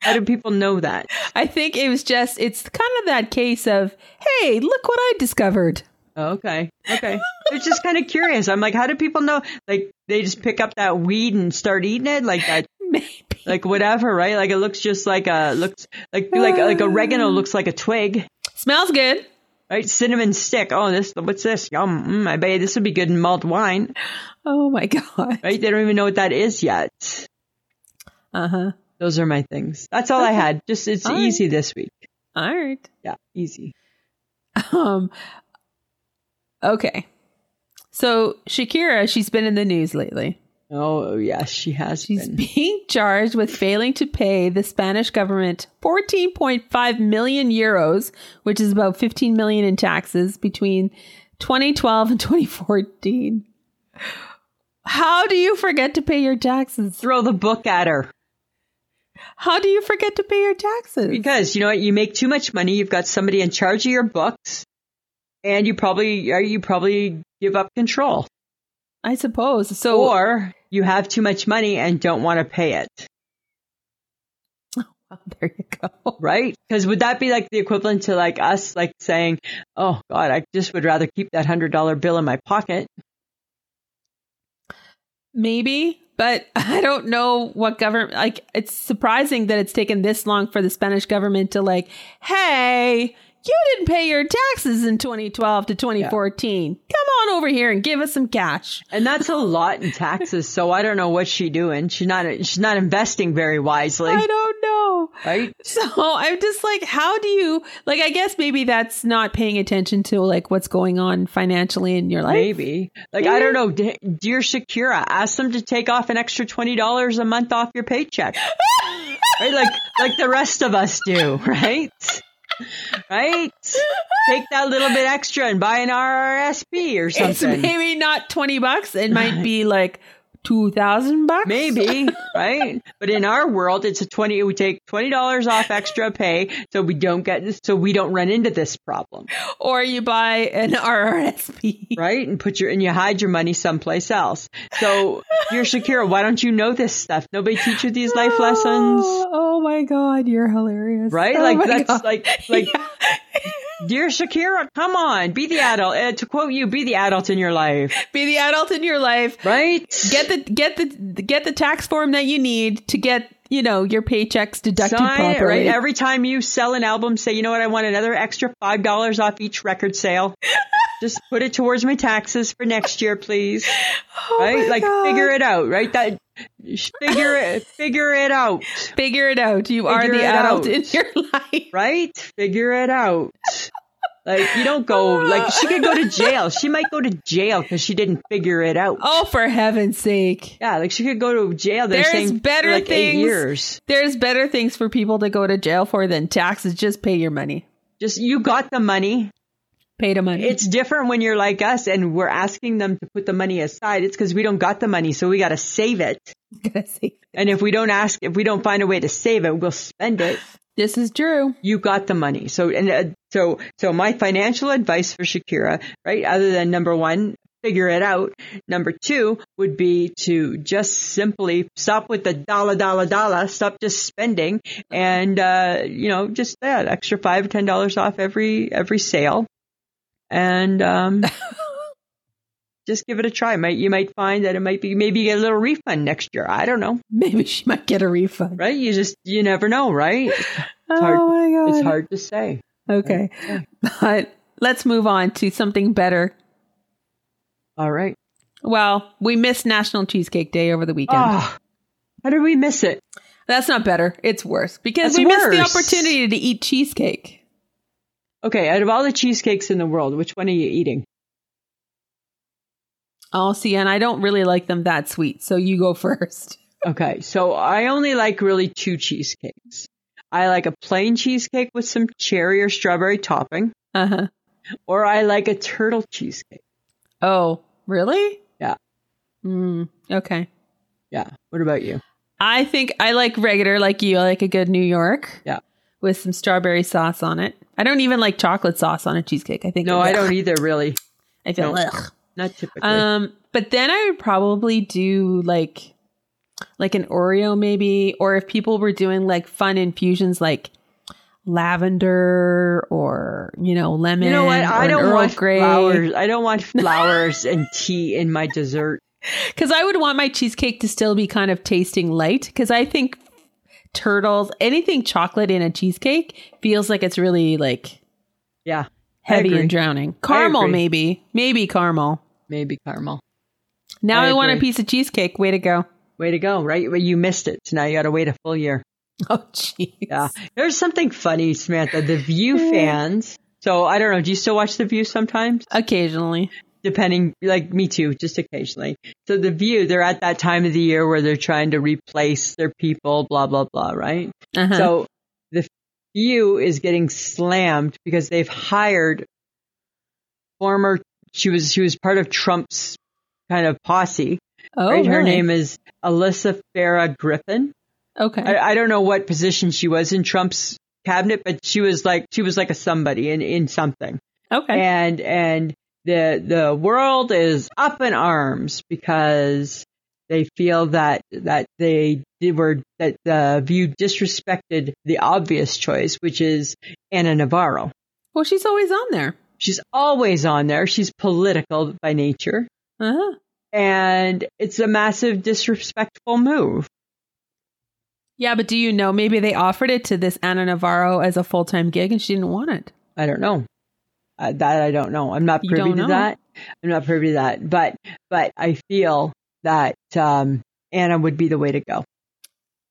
Speaker 2: how do people know that
Speaker 1: I think it was just it's kind of that case of, hey, look what I discovered. [laughs]
Speaker 2: oh, okay okay they're just kind of curious i'm like how do people know like they just pick up that weed and start eating it like that
Speaker 1: Maybe.
Speaker 2: like whatever right like it looks just like a looks like like like oregano looks like a twig
Speaker 1: Smells good.
Speaker 2: Right, cinnamon stick. Oh, this what's this? Yum! Mm, I bet this would be good in malt wine.
Speaker 1: Oh my [laughs] god.
Speaker 2: Right? They don't even know what that is yet.
Speaker 1: Uh huh.
Speaker 2: Those are my things. That's all I had. Just it's
Speaker 1: All right.
Speaker 2: easy this week.
Speaker 1: All right.
Speaker 2: Yeah, easy.
Speaker 1: Um okay. So Shakira, she's been in the news lately.
Speaker 2: Oh yes, she has
Speaker 1: She's
Speaker 2: been.
Speaker 1: being charged with failing to pay the Spanish government 14.5 million euros, which is about 15 million in taxes between 2012 and 2014. How do you forget to pay your taxes?
Speaker 2: Throw the book at her
Speaker 1: How do you forget to pay your taxes?
Speaker 2: because you know what? You make too much money. You've got somebody in charge of your books, and you probably are you probably give up control,
Speaker 1: I suppose. So
Speaker 2: or you have too much money and don't want to pay it.
Speaker 1: [laughs] there you go.
Speaker 2: right? Because would that be like the equivalent to like us like saying, "Oh God, I just would rather keep that hundred dollar bill in my pocket."
Speaker 1: Maybe, but [laughs] I don't know what government. Like, it's surprising that it's taken this long for the Spanish government to like, hey, you didn't pay your taxes in 2012 to 2014. Come on over here and give us some cash.
Speaker 2: And that's a lot in taxes. So I don't know what she's doing. She's not she's not investing very wisely. [laughs]
Speaker 1: I don't know.
Speaker 2: right?
Speaker 1: So I'm just like, how do you like? I guess maybe that's not paying attention to like what's going on financially in your life.
Speaker 2: Maybe. Like, I don't know. D- Dear Shakira, ask them to take off an extra $20 a month off your paycheck. right? Like, like the rest of us do, right? Right? Take that little bit extra and buy an RRSP or
Speaker 1: It's
Speaker 2: something.
Speaker 1: maybe not twenty bucks. It
Speaker 2: [laughs]
Speaker 1: might be like two thousand bucks. [laughs]
Speaker 2: Maybe, right? But in our world, it's a 20, we take $20 off extra pay so we don't get, so we don't run into this problem,
Speaker 1: or you buy an RRSP.
Speaker 2: right? And put your, and you hide your money someplace else. So you're Shakira. Why don't you know this stuff? Nobody teach you these life lessons,
Speaker 1: Oh, oh my god, you're hilarious.
Speaker 2: right?
Speaker 1: Oh my
Speaker 2: like that's
Speaker 1: God.
Speaker 2: like,
Speaker 1: [laughs]
Speaker 2: like,
Speaker 1: Yeah.
Speaker 2: dear Shakira, come on, be the adult. Uh, to quote you, be the adult in your life,
Speaker 1: be the adult in your life.
Speaker 2: right?
Speaker 1: Get the get the get the tax form that you need to get you know your paychecks deducted
Speaker 2: Sign it, right?
Speaker 1: properly.
Speaker 2: Every time you sell an album, say, you know what, I want another extra five dollars off each record
Speaker 1: [laughs]
Speaker 2: sale. Just put it towards my taxes for next year, please.
Speaker 1: Oh my
Speaker 2: right? Like
Speaker 1: God.
Speaker 2: figure it out, right? That figure it figure it out.
Speaker 1: Figure it out. You are
Speaker 2: Figure
Speaker 1: the
Speaker 2: it
Speaker 1: adult
Speaker 2: out.
Speaker 1: in your [laughs] life.
Speaker 2: Right? Figure it out. Like you don't go like she could go to jail. She might go to jail because she didn't figure it out.
Speaker 1: Oh, for heaven's sake!
Speaker 2: Yeah, like she could go to jail. They're
Speaker 1: There's
Speaker 2: saying for,
Speaker 1: better
Speaker 2: like eight
Speaker 1: things.
Speaker 2: years.
Speaker 1: There's better things for people to go to jail for than taxes. Just pay your money.
Speaker 2: Just you got the money.
Speaker 1: Pay the money. [laughs]
Speaker 2: It's different when you're like us and we're asking them to put the money aside. It's because we don't got the money, so we got to save it.
Speaker 1: gonna say
Speaker 2: And if we don't ask, if we don't find a way to save it, we'll spend it.
Speaker 1: this is true.
Speaker 2: You got the money. So, and uh, so, so my financial advice for Shakira, right? Other than number one, figure it out. Number two would be to just simply stop with the dollar, dollar, dollar. Stop just spending and, uh, you know, just that extra five, ten dollars off every, every sale. And, um, just give it a try. Might you might find that it might be maybe you get a little refund next year. I don't know,
Speaker 1: Maybe she might get a refund.
Speaker 2: right? You just you never know, right? hard.
Speaker 1: Oh my god!
Speaker 2: It's hard to say.
Speaker 1: Okay, but let's move on to something better.
Speaker 2: All right.
Speaker 1: Well, we missed National Cheesecake Day over the weekend.
Speaker 2: Ah, how did we miss it?
Speaker 1: That's not better. It's worse because
Speaker 2: That's
Speaker 1: we missed the
Speaker 2: worse.
Speaker 1: opportunity to eat cheesecake.
Speaker 2: Okay, out of all the cheesecakes in the world, which one are you eating?
Speaker 1: Oh, see, and I don't really like them that sweet. So you go [laughs] first.
Speaker 2: Okay, so I only like really two cheesecakes. I like a plain cheesecake with some cherry or strawberry topping,
Speaker 1: Uh huh.
Speaker 2: or I like a turtle cheesecake.
Speaker 1: Oh, really?
Speaker 2: Yeah.
Speaker 1: Mm, okay.
Speaker 2: Yeah. What about you?
Speaker 1: I think I like regular, like you. I like a good New York.
Speaker 2: Yeah.
Speaker 1: With some strawberry sauce on it. I don't even like chocolate sauce on a cheesecake. I think.
Speaker 2: No, I don't
Speaker 1: Ugh.
Speaker 2: either. Really,
Speaker 1: I feel.
Speaker 2: No.
Speaker 1: Ugh.
Speaker 2: not typically.
Speaker 1: Um, but then I would probably do like, like an Oreo maybe, or if people were doing like fun infusions like lavender or you know lemon.
Speaker 2: You know what? I
Speaker 1: or an
Speaker 2: don't
Speaker 1: Earl
Speaker 2: want
Speaker 1: Grey.
Speaker 2: flowers. I
Speaker 1: [laughs]
Speaker 2: don't want flowers and tea in my dessert.
Speaker 1: Because I would want my cheesecake to still be kind of tasting light. Because I think turtles, anything chocolate in a cheesecake feels like it's really like
Speaker 2: Yeah,
Speaker 1: heavy
Speaker 2: agree.
Speaker 1: and drowning. Caramel,
Speaker 2: agree.
Speaker 1: maybe. Maybe caramel.
Speaker 2: maybe caramel.
Speaker 1: Now
Speaker 2: I
Speaker 1: I, want a
Speaker 2: agree.
Speaker 1: piece of cheesecake. Way to go. [laughs]
Speaker 2: Way to go, right? Well, You missed it. So now you got to wait a full year.
Speaker 1: Oh, jeez.
Speaker 2: Yeah, there's something funny, Samantha. The View fans. So I don't know. Do you still watch The View sometimes?
Speaker 1: Occasionally.
Speaker 2: Depending, like me too, just occasionally. So The View, they're at that time of the year where they're trying to replace their people, blah blah blah, right?
Speaker 1: Uh-huh.
Speaker 2: So the View is getting slammed because they've hired former. She was she was part of Trump's kind of posse.
Speaker 1: oh,
Speaker 2: right? Her
Speaker 1: really?
Speaker 2: name is Alyssa Farah Griffin.
Speaker 1: Okay.
Speaker 2: I, I don't know what position she was in Trump's cabinet, but she was like she was like a somebody in in something.
Speaker 1: okay.
Speaker 2: And and the the world is up in arms because they feel that that they did, were that the view disrespected the obvious choice, which is Anna Navarro.
Speaker 1: well, she's always on there.
Speaker 2: She's always on there. She's political by nature,
Speaker 1: Uh-huh.
Speaker 2: and it's a massive disrespectful move.
Speaker 1: Yeah, but do you know maybe they offered it to this Anna Navarro as a full time gig and she didn't want it?
Speaker 2: I don't know. Uh, that I don't know. I'm not
Speaker 1: You
Speaker 2: privy
Speaker 1: don't
Speaker 2: to
Speaker 1: know.
Speaker 2: that. I'm not privy to that. But but I feel that um, Anna would be the way to go.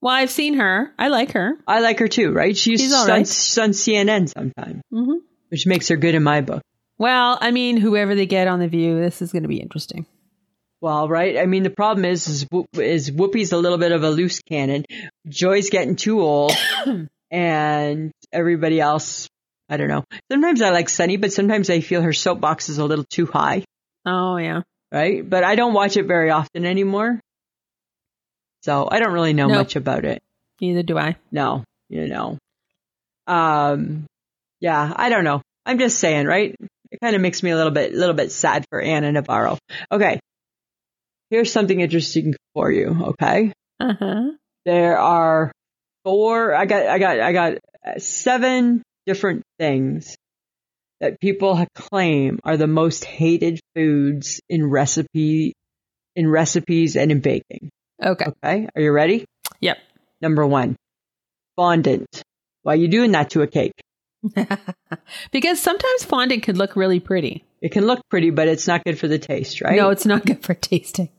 Speaker 1: Well, I've seen her. I like her.
Speaker 2: I like her too, right? She's,
Speaker 1: She's all
Speaker 2: on,
Speaker 1: right.
Speaker 2: she's on CNN sometimes,
Speaker 1: Mm-hmm.
Speaker 2: which makes her good in my book.
Speaker 1: Well, I mean, whoever they get on the View, this is going to be interesting.
Speaker 2: Well, right. I mean, the problem is, is, Whoop- is Whoopi's a little bit of a loose cannon. Joy's getting too
Speaker 1: [coughs]
Speaker 2: old, and everybody else, I don't know. Sometimes I like Sunny, but sometimes I feel her soapbox is a little too high,
Speaker 1: Oh yeah.
Speaker 2: right? But I don't watch it very often anymore, so I don't really know
Speaker 1: No.
Speaker 2: much about it.
Speaker 1: Neither do I.
Speaker 2: No, you know, um, yeah, I don't know. I'm just saying, right? It kind of makes me a little bit, little bit sad for Anna Navarro. Okay, here's something interesting for you. Okay,
Speaker 1: Uh huh.
Speaker 2: there are four. I got, I got, I got uh, seven different things that people ha- claim are the most hated foods in recipe, in recipes and in baking.
Speaker 1: [laughs] Okay.
Speaker 2: Okay, are you ready?
Speaker 1: Yep.
Speaker 2: Number one, fondant. Why are you doing that to a cake?
Speaker 1: because sometimes fondant could look really pretty.
Speaker 2: It can look pretty, but it's not good for the taste, right?
Speaker 1: No, it's not good for tasting.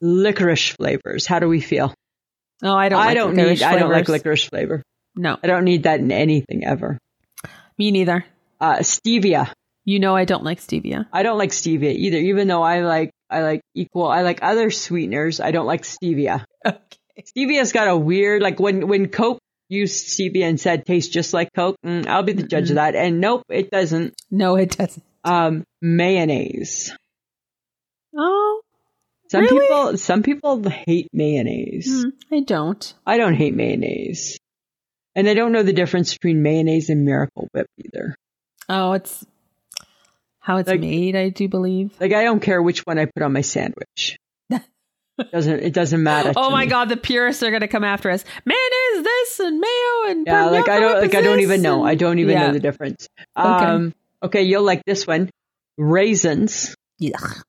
Speaker 2: licorice flavors. How do we feel?
Speaker 1: Oh, I don't. like
Speaker 2: don't
Speaker 1: licorice
Speaker 2: need. I don't like
Speaker 1: flavors.
Speaker 2: licorice flavor.
Speaker 1: No,
Speaker 2: I don't need that in anything ever.
Speaker 1: me neither.
Speaker 2: Uh, stevia.
Speaker 1: You know, I don't like stevia.
Speaker 2: I don't like stevia either. Even though I like, I like equal. I like other sweeteners. I don't like stevia.
Speaker 1: [laughs] Okay.
Speaker 2: Stevia's got a weird like when when Coke used stevia and said tastes just like Coke. Mm, I'll be the judge
Speaker 1: Mm-hmm.
Speaker 2: of that. And nope, it doesn't.
Speaker 1: No, it doesn't.
Speaker 2: Um, mayonnaise.
Speaker 1: Oh,
Speaker 2: Some
Speaker 1: Really?
Speaker 2: people some people hate mayonnaise.
Speaker 1: mm, I don't.
Speaker 2: I don't hate mayonnaise. And I don't know the difference between mayonnaise and miracle whip either.
Speaker 1: Oh, it's how it's
Speaker 2: Like-
Speaker 1: made. I do believe.
Speaker 2: Like I don't care which one I put on
Speaker 1: [laughs]
Speaker 2: my sandwich. doesn't it doesn't matter.
Speaker 1: Oh
Speaker 2: to
Speaker 1: my
Speaker 2: me.
Speaker 1: god, the purists are gonna come after us. Mayonnaise this and mayo and
Speaker 2: Yeah, like I don't like I don't even know. I don't even
Speaker 1: Yeah.
Speaker 2: know the difference. Um okay. you'll like this one. Raisins,
Speaker 1: Yuck.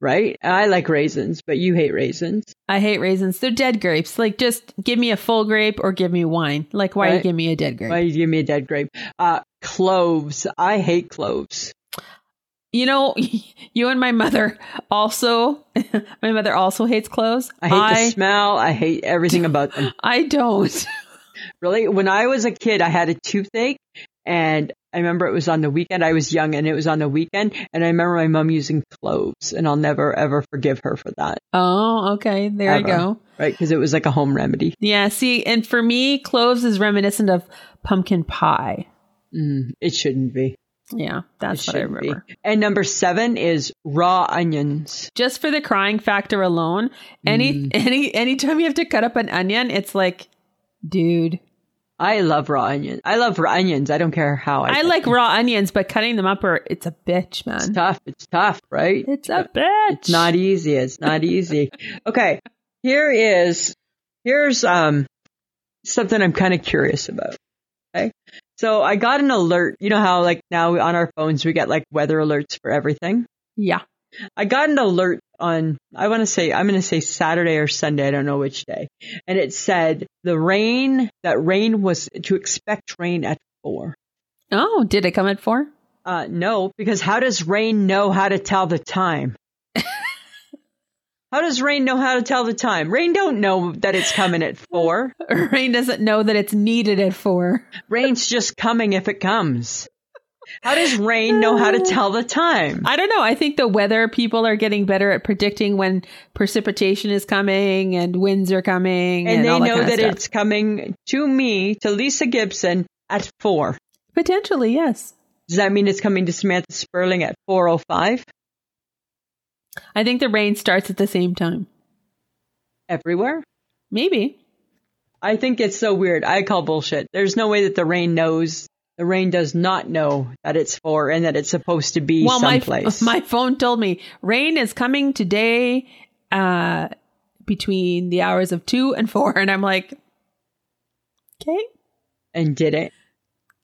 Speaker 2: right? I like raisins, but you hate raisins.
Speaker 1: I hate raisins. They're dead grapes. Like just give me a full grape or give me wine. Like why you
Speaker 2: Right.
Speaker 1: give me a dead grape?
Speaker 2: Why you give me a dead grape? Uh cloves. I hate cloves.
Speaker 1: You know, [laughs] you and my mother also [laughs] my mother also hates cloves.
Speaker 2: I hate
Speaker 1: I,
Speaker 2: the smell. I hate [laughs] everything about them.
Speaker 1: I don't. [laughs]
Speaker 2: Really? When I was a kid, I had a toothache and I remember it was on the weekend. I was young and it was on the weekend and I remember my mom using cloves and I'll never ever forgive her for that,
Speaker 1: Oh, okay. There you
Speaker 2: Ever.
Speaker 1: go.
Speaker 2: right? Cause it was like a home remedy.
Speaker 1: Yeah, see, and for me, cloves is reminiscent of pumpkin pie.
Speaker 2: Mm, it shouldn't be.
Speaker 1: Yeah,
Speaker 2: It
Speaker 1: that's what I
Speaker 2: shouldn't
Speaker 1: remember.
Speaker 2: be. And number seven is raw onions.
Speaker 1: just for the crying factor alone any
Speaker 2: Mm.
Speaker 1: [laughs] any anytime you have to cut up an onion it's like dude
Speaker 2: I love raw onions. I love raw onions. I don't care how I,
Speaker 1: i like raw onions but cutting them up are it's a bitch
Speaker 2: it's
Speaker 1: man
Speaker 2: tough. It's tough, right?
Speaker 1: it's a bitch
Speaker 2: It's not easy. It's not easy. okay. Here is here's um something I'm kind of curious about. Okay. So I got an alert. You know how like now on our phones we get like weather alerts for everything.
Speaker 1: yeah
Speaker 2: I got an alert on I want to say I'm going to say Saturday or Sunday, I don't know which day. And it said the rain that rain was to expect rain at 4.
Speaker 1: oh did it come at four [laughs]
Speaker 2: Uh no, because how does rain know how to tell the time? how does rain know how to tell the time? Rain don't know that it's coming at 4.
Speaker 1: rain doesn't know that it's needed at four
Speaker 2: Rain's just coming if it comes. How does rain know how to tell the time?
Speaker 1: i don't know i think the weather people are getting better at predicting when precipitation is coming and winds are coming and,
Speaker 2: And they
Speaker 1: all that
Speaker 2: know
Speaker 1: kind of
Speaker 2: that
Speaker 1: stuff.
Speaker 2: it's coming to me, to Lisa Gibson at 4.
Speaker 1: potentially yes
Speaker 2: Does that mean it's coming to Samantha Sperling at 4:05
Speaker 1: i think the rain starts at the same time
Speaker 2: everywhere?
Speaker 1: maybe
Speaker 2: I think it's so weird. I call bullshit. There's no way that the rain knows. The rain does not know that it's 4 and that it's supposed to be
Speaker 1: well,
Speaker 2: someplace.
Speaker 1: my my phone told me rain is coming today, uh, between the hours of two and four, and I'm like, okay,
Speaker 2: and did it.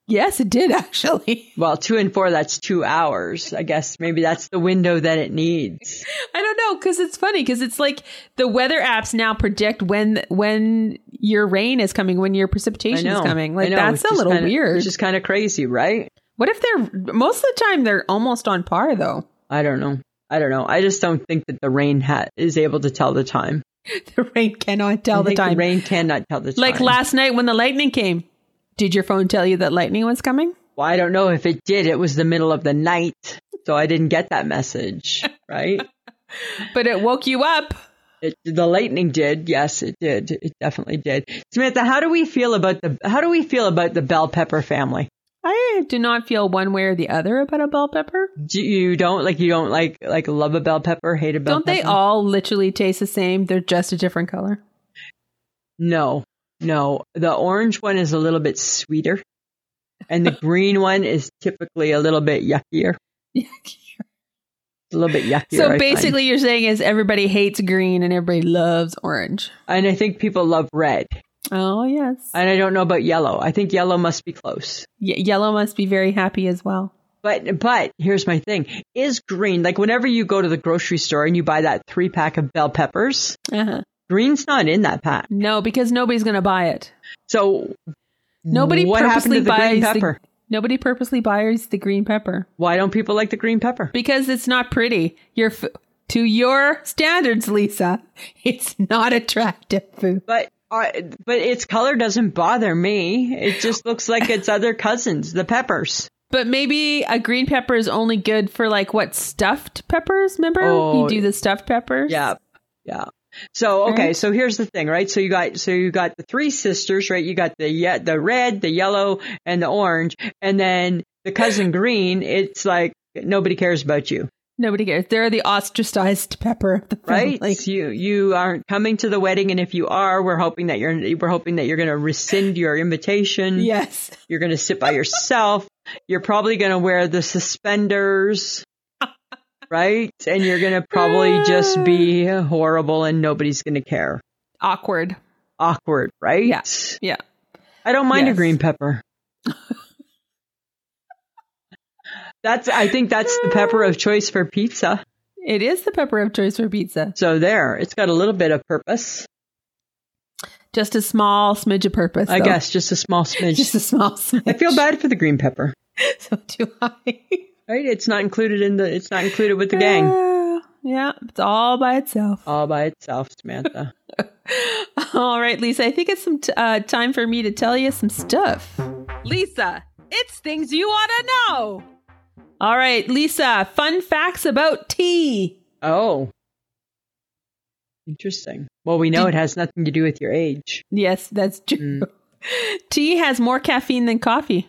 Speaker 1: yes, it did [laughs] actually.
Speaker 2: Well, 2 and 4 that's 2 hours. I guess maybe that's the window that it needs.
Speaker 1: I don't know because it's funny because it's like the weather apps now predict when when your rain is coming, when your
Speaker 2: I
Speaker 1: precipitation
Speaker 2: know.
Speaker 1: is coming.
Speaker 2: I
Speaker 1: Like
Speaker 2: know.
Speaker 1: that's
Speaker 2: It's
Speaker 1: a
Speaker 2: just
Speaker 1: little
Speaker 2: kinda-
Speaker 1: weird.
Speaker 2: It's just kind of crazy, right?
Speaker 1: what if they're most of the time they're almost on par though. [laughs]
Speaker 2: I don't know. I don't know. I just don't think that the rain ha- is able to tell the time.
Speaker 1: the rain cannot tell
Speaker 2: I
Speaker 1: the
Speaker 2: think
Speaker 1: time.
Speaker 2: Rain cannot tell the time.
Speaker 1: like last night when the lightning came. Did your phone tell you that lightning was coming?
Speaker 2: Well, I don't know if it did. It was the middle of the night, so I didn't get that
Speaker 1: [laughs]
Speaker 2: message. Right?
Speaker 1: But it woke you up.
Speaker 2: It, the lightning did. Yes, it did. It definitely did. Samantha, how do we feel about the how do we feel about the bell pepper family?
Speaker 1: I do not feel one way or the other about a bell pepper.
Speaker 2: Do you don't like you don't like like love a bell pepper, hate a bell
Speaker 1: Don't
Speaker 2: pepper?
Speaker 1: they all literally taste the same? They're just a different color.
Speaker 2: No, no. The orange one is a little bit sweeter,
Speaker 1: [laughs]
Speaker 2: and the green one is typically a little bit yuckier. A little bit yuckier. I
Speaker 1: so
Speaker 2: find.
Speaker 1: basically, you're saying is everybody hates green and everybody loves orange.
Speaker 2: and I think people love red,
Speaker 1: Oh yes,
Speaker 2: and I don't know about yellow. I think yellow must be close.
Speaker 1: Ye- yellow must be very happy as well.
Speaker 2: But but here's my thing: is green like whenever you go to the grocery store and you buy that three pack of bell peppers,
Speaker 1: Uh-huh.
Speaker 2: green's not in that pack.
Speaker 1: No, because nobody's going to buy it.
Speaker 2: So
Speaker 1: Nobody
Speaker 2: what happened
Speaker 1: purposely
Speaker 2: to the
Speaker 1: buys
Speaker 2: green pepper?
Speaker 1: nobody purposely buys the green pepper
Speaker 2: Why don't people like the green pepper?
Speaker 1: because it's not pretty. Your f- to your standards, Lisa, [laughs] it's not attractive food.
Speaker 2: But uh, but its color doesn't bother me. It just looks like its other cousins, the peppers.
Speaker 1: But maybe a green pepper is only good for like what stuffed peppers? Remember
Speaker 2: Oh,
Speaker 1: you do the stuffed peppers.
Speaker 2: Yeah, yeah. So okay,
Speaker 1: Right.
Speaker 2: so here's the thing, right? So you got so you got the three sisters, right? You got the ye- the red, the yellow, and the orange, and then the cousin green. It's like nobody cares about you.
Speaker 1: nobody cares. They're the ostracized pepper of the family. [laughs]
Speaker 2: right? you you aren't coming to the wedding, and if you are, we're hoping that you're we're hoping that you're going to rescind your invitation.
Speaker 1: Yes.
Speaker 2: You're going to sit by yourself. You're probably going to wear the suspenders, right? And you're going to probably just be horrible, and nobody's going to care.
Speaker 1: Awkward.
Speaker 2: Awkward, right?
Speaker 1: Yeah. Yeah.
Speaker 2: I don't mind
Speaker 1: Yes.
Speaker 2: a
Speaker 1: [laughs]
Speaker 2: green pepper. That's I think that's the pepper of choice for pizza.
Speaker 1: It is the pepper of choice for pizza.
Speaker 2: So there, it's got a little bit of purpose.
Speaker 1: Just a small smidge of purpose.
Speaker 2: I
Speaker 1: though.
Speaker 2: guess just a small
Speaker 1: [laughs]
Speaker 2: smidge.
Speaker 1: Just a small smidge.
Speaker 2: I feel bad for the green pepper.
Speaker 1: [laughs] So do I.
Speaker 2: Right? It's not included in the. It's not included with the
Speaker 1: [laughs]
Speaker 2: gang.
Speaker 1: yeah, it's all by itself.
Speaker 2: All by itself, Samantha.
Speaker 1: [laughs] All right, Lisa, I think it's some t- uh, time for me to tell you some stuff. Lisa, it's things you want to know. All right, Lisa, fun facts about tea.
Speaker 2: Oh, interesting. Well, we know it has nothing to do with your age.
Speaker 1: Yes, that's true.
Speaker 2: Mm.
Speaker 1: [laughs] Tea has more caffeine than coffee,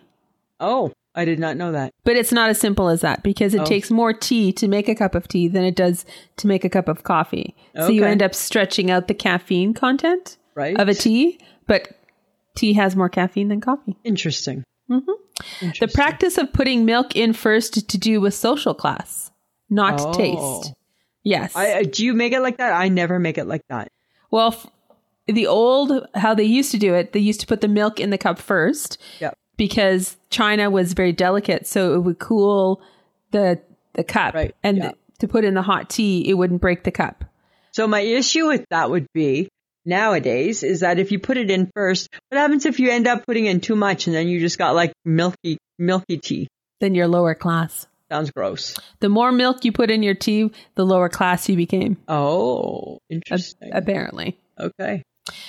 Speaker 2: Oh, I did not know that.
Speaker 1: but it's not as simple as that because it
Speaker 2: Oh.
Speaker 1: takes more tea to make a cup of tea than it does to make a cup of coffee. So you
Speaker 2: Okay.
Speaker 1: end up stretching out the caffeine content.
Speaker 2: Right?
Speaker 1: of a tea, but tea has more caffeine than coffee.
Speaker 2: Interesting.
Speaker 1: The practice of putting milk in first to do with social class, not
Speaker 2: Oh.
Speaker 1: taste. Yes.
Speaker 2: I, I- do you make it like that? I never make it like that.
Speaker 1: well, f- the old how they used to do it, they used to put the milk in the cup first
Speaker 2: Yep.
Speaker 1: because China was very delicate, so it would cool the the cup,
Speaker 2: Right,
Speaker 1: and
Speaker 2: yeah.
Speaker 1: to put in the hot tea, it wouldn't break the cup.
Speaker 2: So my issue with that would be nowadays is that if you put it in first, what happens if you end up putting in too much and then you just got like milky milky tea?
Speaker 1: Then you're lower class.
Speaker 2: Sounds gross.
Speaker 1: The more milk you put in your tea, the lower class you became.
Speaker 2: Oh, interesting.
Speaker 1: Apparently.
Speaker 2: okay.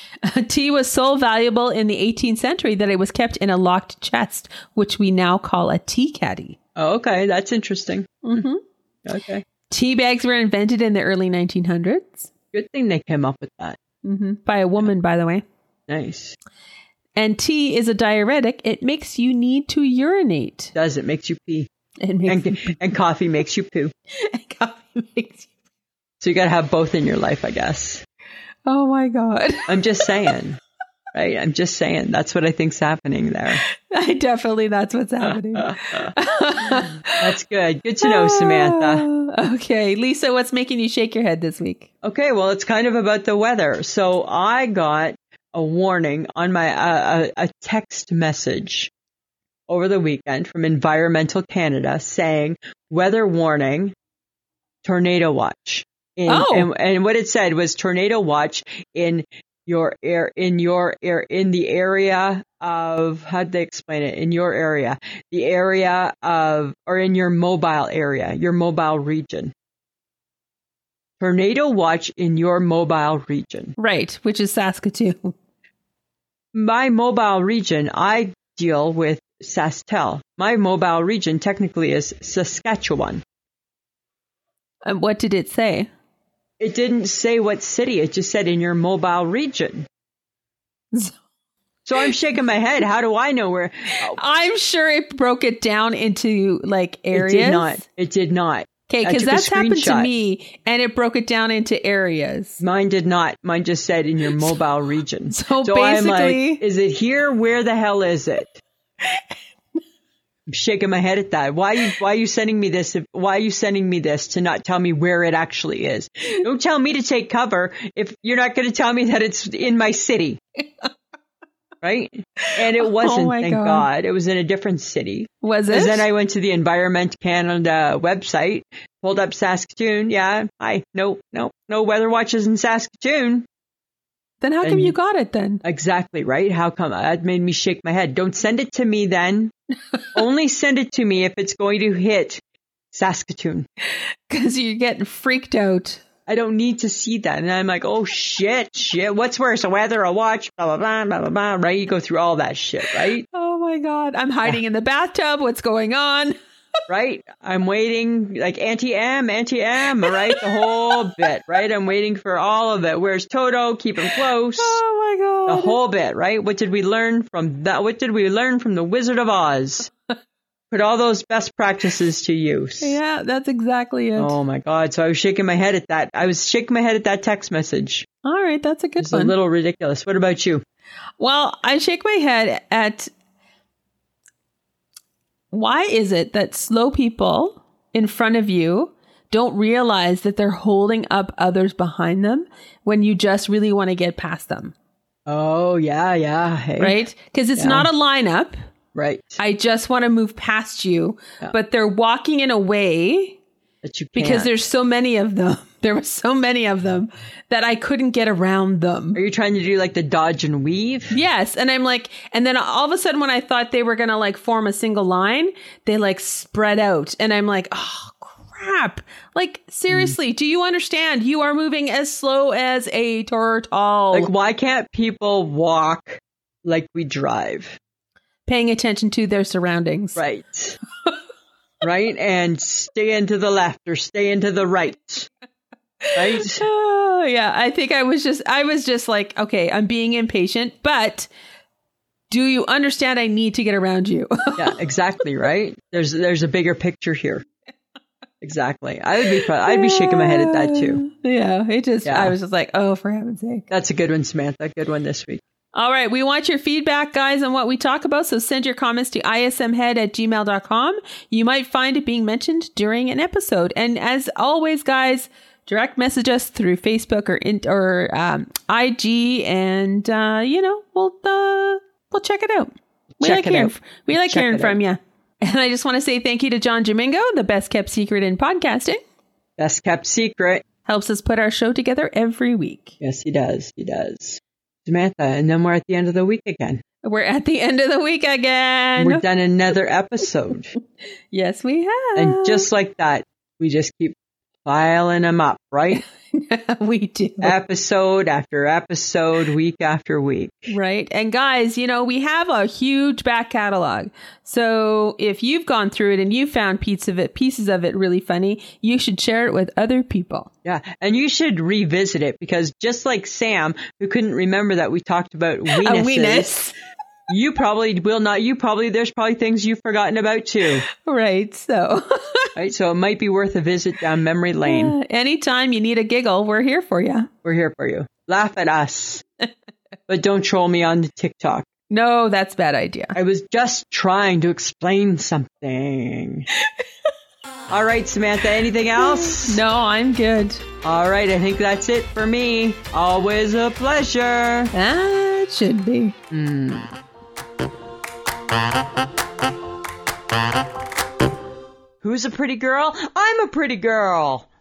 Speaker 1: [laughs] Tea was so valuable in the 18th century that it was kept in a locked chest, which we now call a tea caddy.
Speaker 2: Oh, okay, that's interesting.
Speaker 1: Mhm.
Speaker 2: Okay.
Speaker 1: Tea bags were invented in the early 1900s
Speaker 2: Good thing they came up with that.
Speaker 1: Mhm. by a woman, by the way.
Speaker 2: Nice.
Speaker 1: And tea is a diuretic. It makes you need to urinate.
Speaker 2: Does it makes you pee? [laughs]
Speaker 1: It makes
Speaker 2: And,
Speaker 1: [laughs]
Speaker 2: and coffee makes you poo.
Speaker 1: coffee makes you.
Speaker 2: So you got to have both in your life, I guess.
Speaker 1: Oh my god! [laughs]
Speaker 2: I'm just saying. right? I'm just saying. That's what I think's happening there.
Speaker 1: I definitely that's what's [laughs] happening.
Speaker 2: That's good. Good to know, Samantha.
Speaker 1: [laughs] Okay, Lisa, what's making you shake your head this week?
Speaker 2: Okay, well, it's kind of about the weather. So I got a warning on my uh, a, a text message over the weekend from Environmental Canada saying weather warning, tornado watch. In,
Speaker 1: Oh.
Speaker 2: and, and what it said was tornado watch in your air in your air in the area of how'd they explain it in your area the area of or in your mobile area your mobile region tornado watch in your mobile region.
Speaker 1: Right, which is Saskatoon.
Speaker 2: My mobile region, I deal with SaskTel. My mobile region technically is Saskatchewan.
Speaker 1: And what did it [laughs] say?
Speaker 2: It didn't say what city, it just said in your mobile region. So I'm shaking my head. How do I know where?
Speaker 1: I'm sure it broke it down into like areas.
Speaker 2: It did not. It did not.
Speaker 1: Okay,
Speaker 2: I
Speaker 1: because
Speaker 2: took a
Speaker 1: that's happened to
Speaker 2: screenshot.
Speaker 1: me, and it broke it down into areas.
Speaker 2: Mine did not. Mine just said in
Speaker 1: [laughs]
Speaker 2: your mobile region.
Speaker 1: so
Speaker 2: I'm like,
Speaker 1: basically-
Speaker 2: is it here? Where the hell is it? I'm shaking my head at that. Why you why are you sending me this? if- Why are you sending me this to not tell me where it actually is? Don't tell me to take cover if you're not going to tell me that it's in my
Speaker 1: [laughs]
Speaker 2: city. Right? And it wasn't,
Speaker 1: Oh my
Speaker 2: thank
Speaker 1: God.
Speaker 2: God. It was in a different city.
Speaker 1: Was
Speaker 2: Because
Speaker 1: it?
Speaker 2: then I went to the Environment Canada website, pulled up Saskatoon. Yeah, I no, no, no weather watches in Saskatoon.
Speaker 1: then how come
Speaker 2: and-
Speaker 1: you got it then? [laughs]
Speaker 2: Exactly right. How come that made me shake my head? Don't send it to me then. Only send it to me if it's going to hit Saskatoon.
Speaker 1: Because you're getting freaked out.
Speaker 2: I don't need to see that. And I'm like, oh shit, shit. What's worse, a weather, a watch, blah blah blah blah blah blah. Right? You go through all that shit, right?
Speaker 1: Oh my god, I'm hiding in the bathtub. What's going on?
Speaker 2: right? I'm waiting, like anti M, anti M, right?
Speaker 1: [laughs]
Speaker 2: The whole bit, right? I'm waiting for all of it. Where's Toto? Keep him close.
Speaker 1: Oh my
Speaker 2: The
Speaker 1: god.
Speaker 2: whole bit, right? What did we learn from that? What did we learn from the Wizard
Speaker 1: [laughs]
Speaker 2: of Oz? Put all those best practices to use.
Speaker 1: yeah, that's exactly it.
Speaker 2: Oh my God. So I was shaking my head at that. I was shaking my head at that text message.
Speaker 1: All right, that's a good
Speaker 2: It's a
Speaker 1: one.
Speaker 2: little ridiculous. What about you?
Speaker 1: Well, I shake my head at why is it that slow people in front of you don't realize that they're holding up others behind them when you just really want to get past them,
Speaker 2: Oh, yeah, yeah. Hey.
Speaker 1: right? Because it's
Speaker 2: Yeah.
Speaker 1: not a lineup.
Speaker 2: Right.
Speaker 1: I just want to move past you,
Speaker 2: Yeah.
Speaker 1: but they're walking in a way
Speaker 2: That you
Speaker 1: because
Speaker 2: can't.
Speaker 1: there's so many of them. [laughs] There were so many of them that I couldn't get around them.
Speaker 2: Are you trying to do like the dodge and weave?
Speaker 1: Yes. And I'm like, and then all of a sudden, when I thought they were going to like form a single line, they like spread out. And I'm like, oh, crap. Like, seriously, do you understand? You are moving as slow as a turtle.
Speaker 2: Like, why can't people walk like we drive?
Speaker 1: paying attention to their surroundings.
Speaker 2: Right. [laughs] right? And stay into the left or stay into the right. Right?
Speaker 1: Oh, [sighs] yeah. I think I was just, I was just like, okay, I'm being impatient, but do you understand I need to get around you?
Speaker 2: Yeah, exactly, right? There's there's a bigger picture here. Exactly. I would be pro- I'd be shaking my head at that too.
Speaker 1: [laughs] Yeah. It just,
Speaker 2: Yeah.
Speaker 1: I was just like, oh, for heaven's sake.
Speaker 2: That's a good one, Samantha. Good one this week.
Speaker 1: All right. We want your feedback, guys, on what we talk about. So send your comments to ismhead at gmail.com. You might find it being mentioned during an episode. And as always, guys, direct message us through Facebook or in, or um, IG, and uh, you know we'll uh, we'll check it out. We
Speaker 2: Check
Speaker 1: like
Speaker 2: it
Speaker 1: hearing
Speaker 2: out.
Speaker 1: f- we like
Speaker 2: Check
Speaker 1: hearing
Speaker 2: it
Speaker 1: from you. And I just want to say thank you to John Domingo, the best kept secret in podcasting.
Speaker 2: Best kept secret.
Speaker 1: Helps us put our show together every week.
Speaker 2: Yes, he does. He does. Samantha, and then we're at the end of the week again.
Speaker 1: We're at the end of the week again.
Speaker 2: We've done another episode.
Speaker 1: yes, we have.
Speaker 2: And just like that, we just keep piling them up,
Speaker 1: [laughs]
Speaker 2: right?
Speaker 1: we do.
Speaker 2: episode after episode, week after week.
Speaker 1: Right. And guys, you know, we have a huge back catalog. So if you've gone through it and you found pieces of it, pieces of it really funny, you should share it with other people.
Speaker 2: Yeah. And you should revisit it because just like Sam, who couldn't remember that we talked
Speaker 1: [laughs]
Speaker 2: about
Speaker 1: A
Speaker 2: weenuses,
Speaker 1: weenus. [laughs]
Speaker 2: you probably will not, you probably, there's probably things you've forgotten
Speaker 1: [laughs]
Speaker 2: about too,
Speaker 1: Right. So
Speaker 2: right? So it might be worth a visit down memory lane.
Speaker 1: [laughs] anytime you need a giggle, we're here for you.
Speaker 2: We're here for you. Laugh at
Speaker 1: [laughs]
Speaker 2: us, but don't troll me on the TikTok.
Speaker 1: No, that's a bad idea.
Speaker 2: I was just trying to explain something. All right, Samantha, anything else?
Speaker 1: No, I'm good.
Speaker 2: All right, I think that's it for me. Always a pleasure.
Speaker 1: That should be.
Speaker 2: Who's a pretty girl? I'm a pretty girl.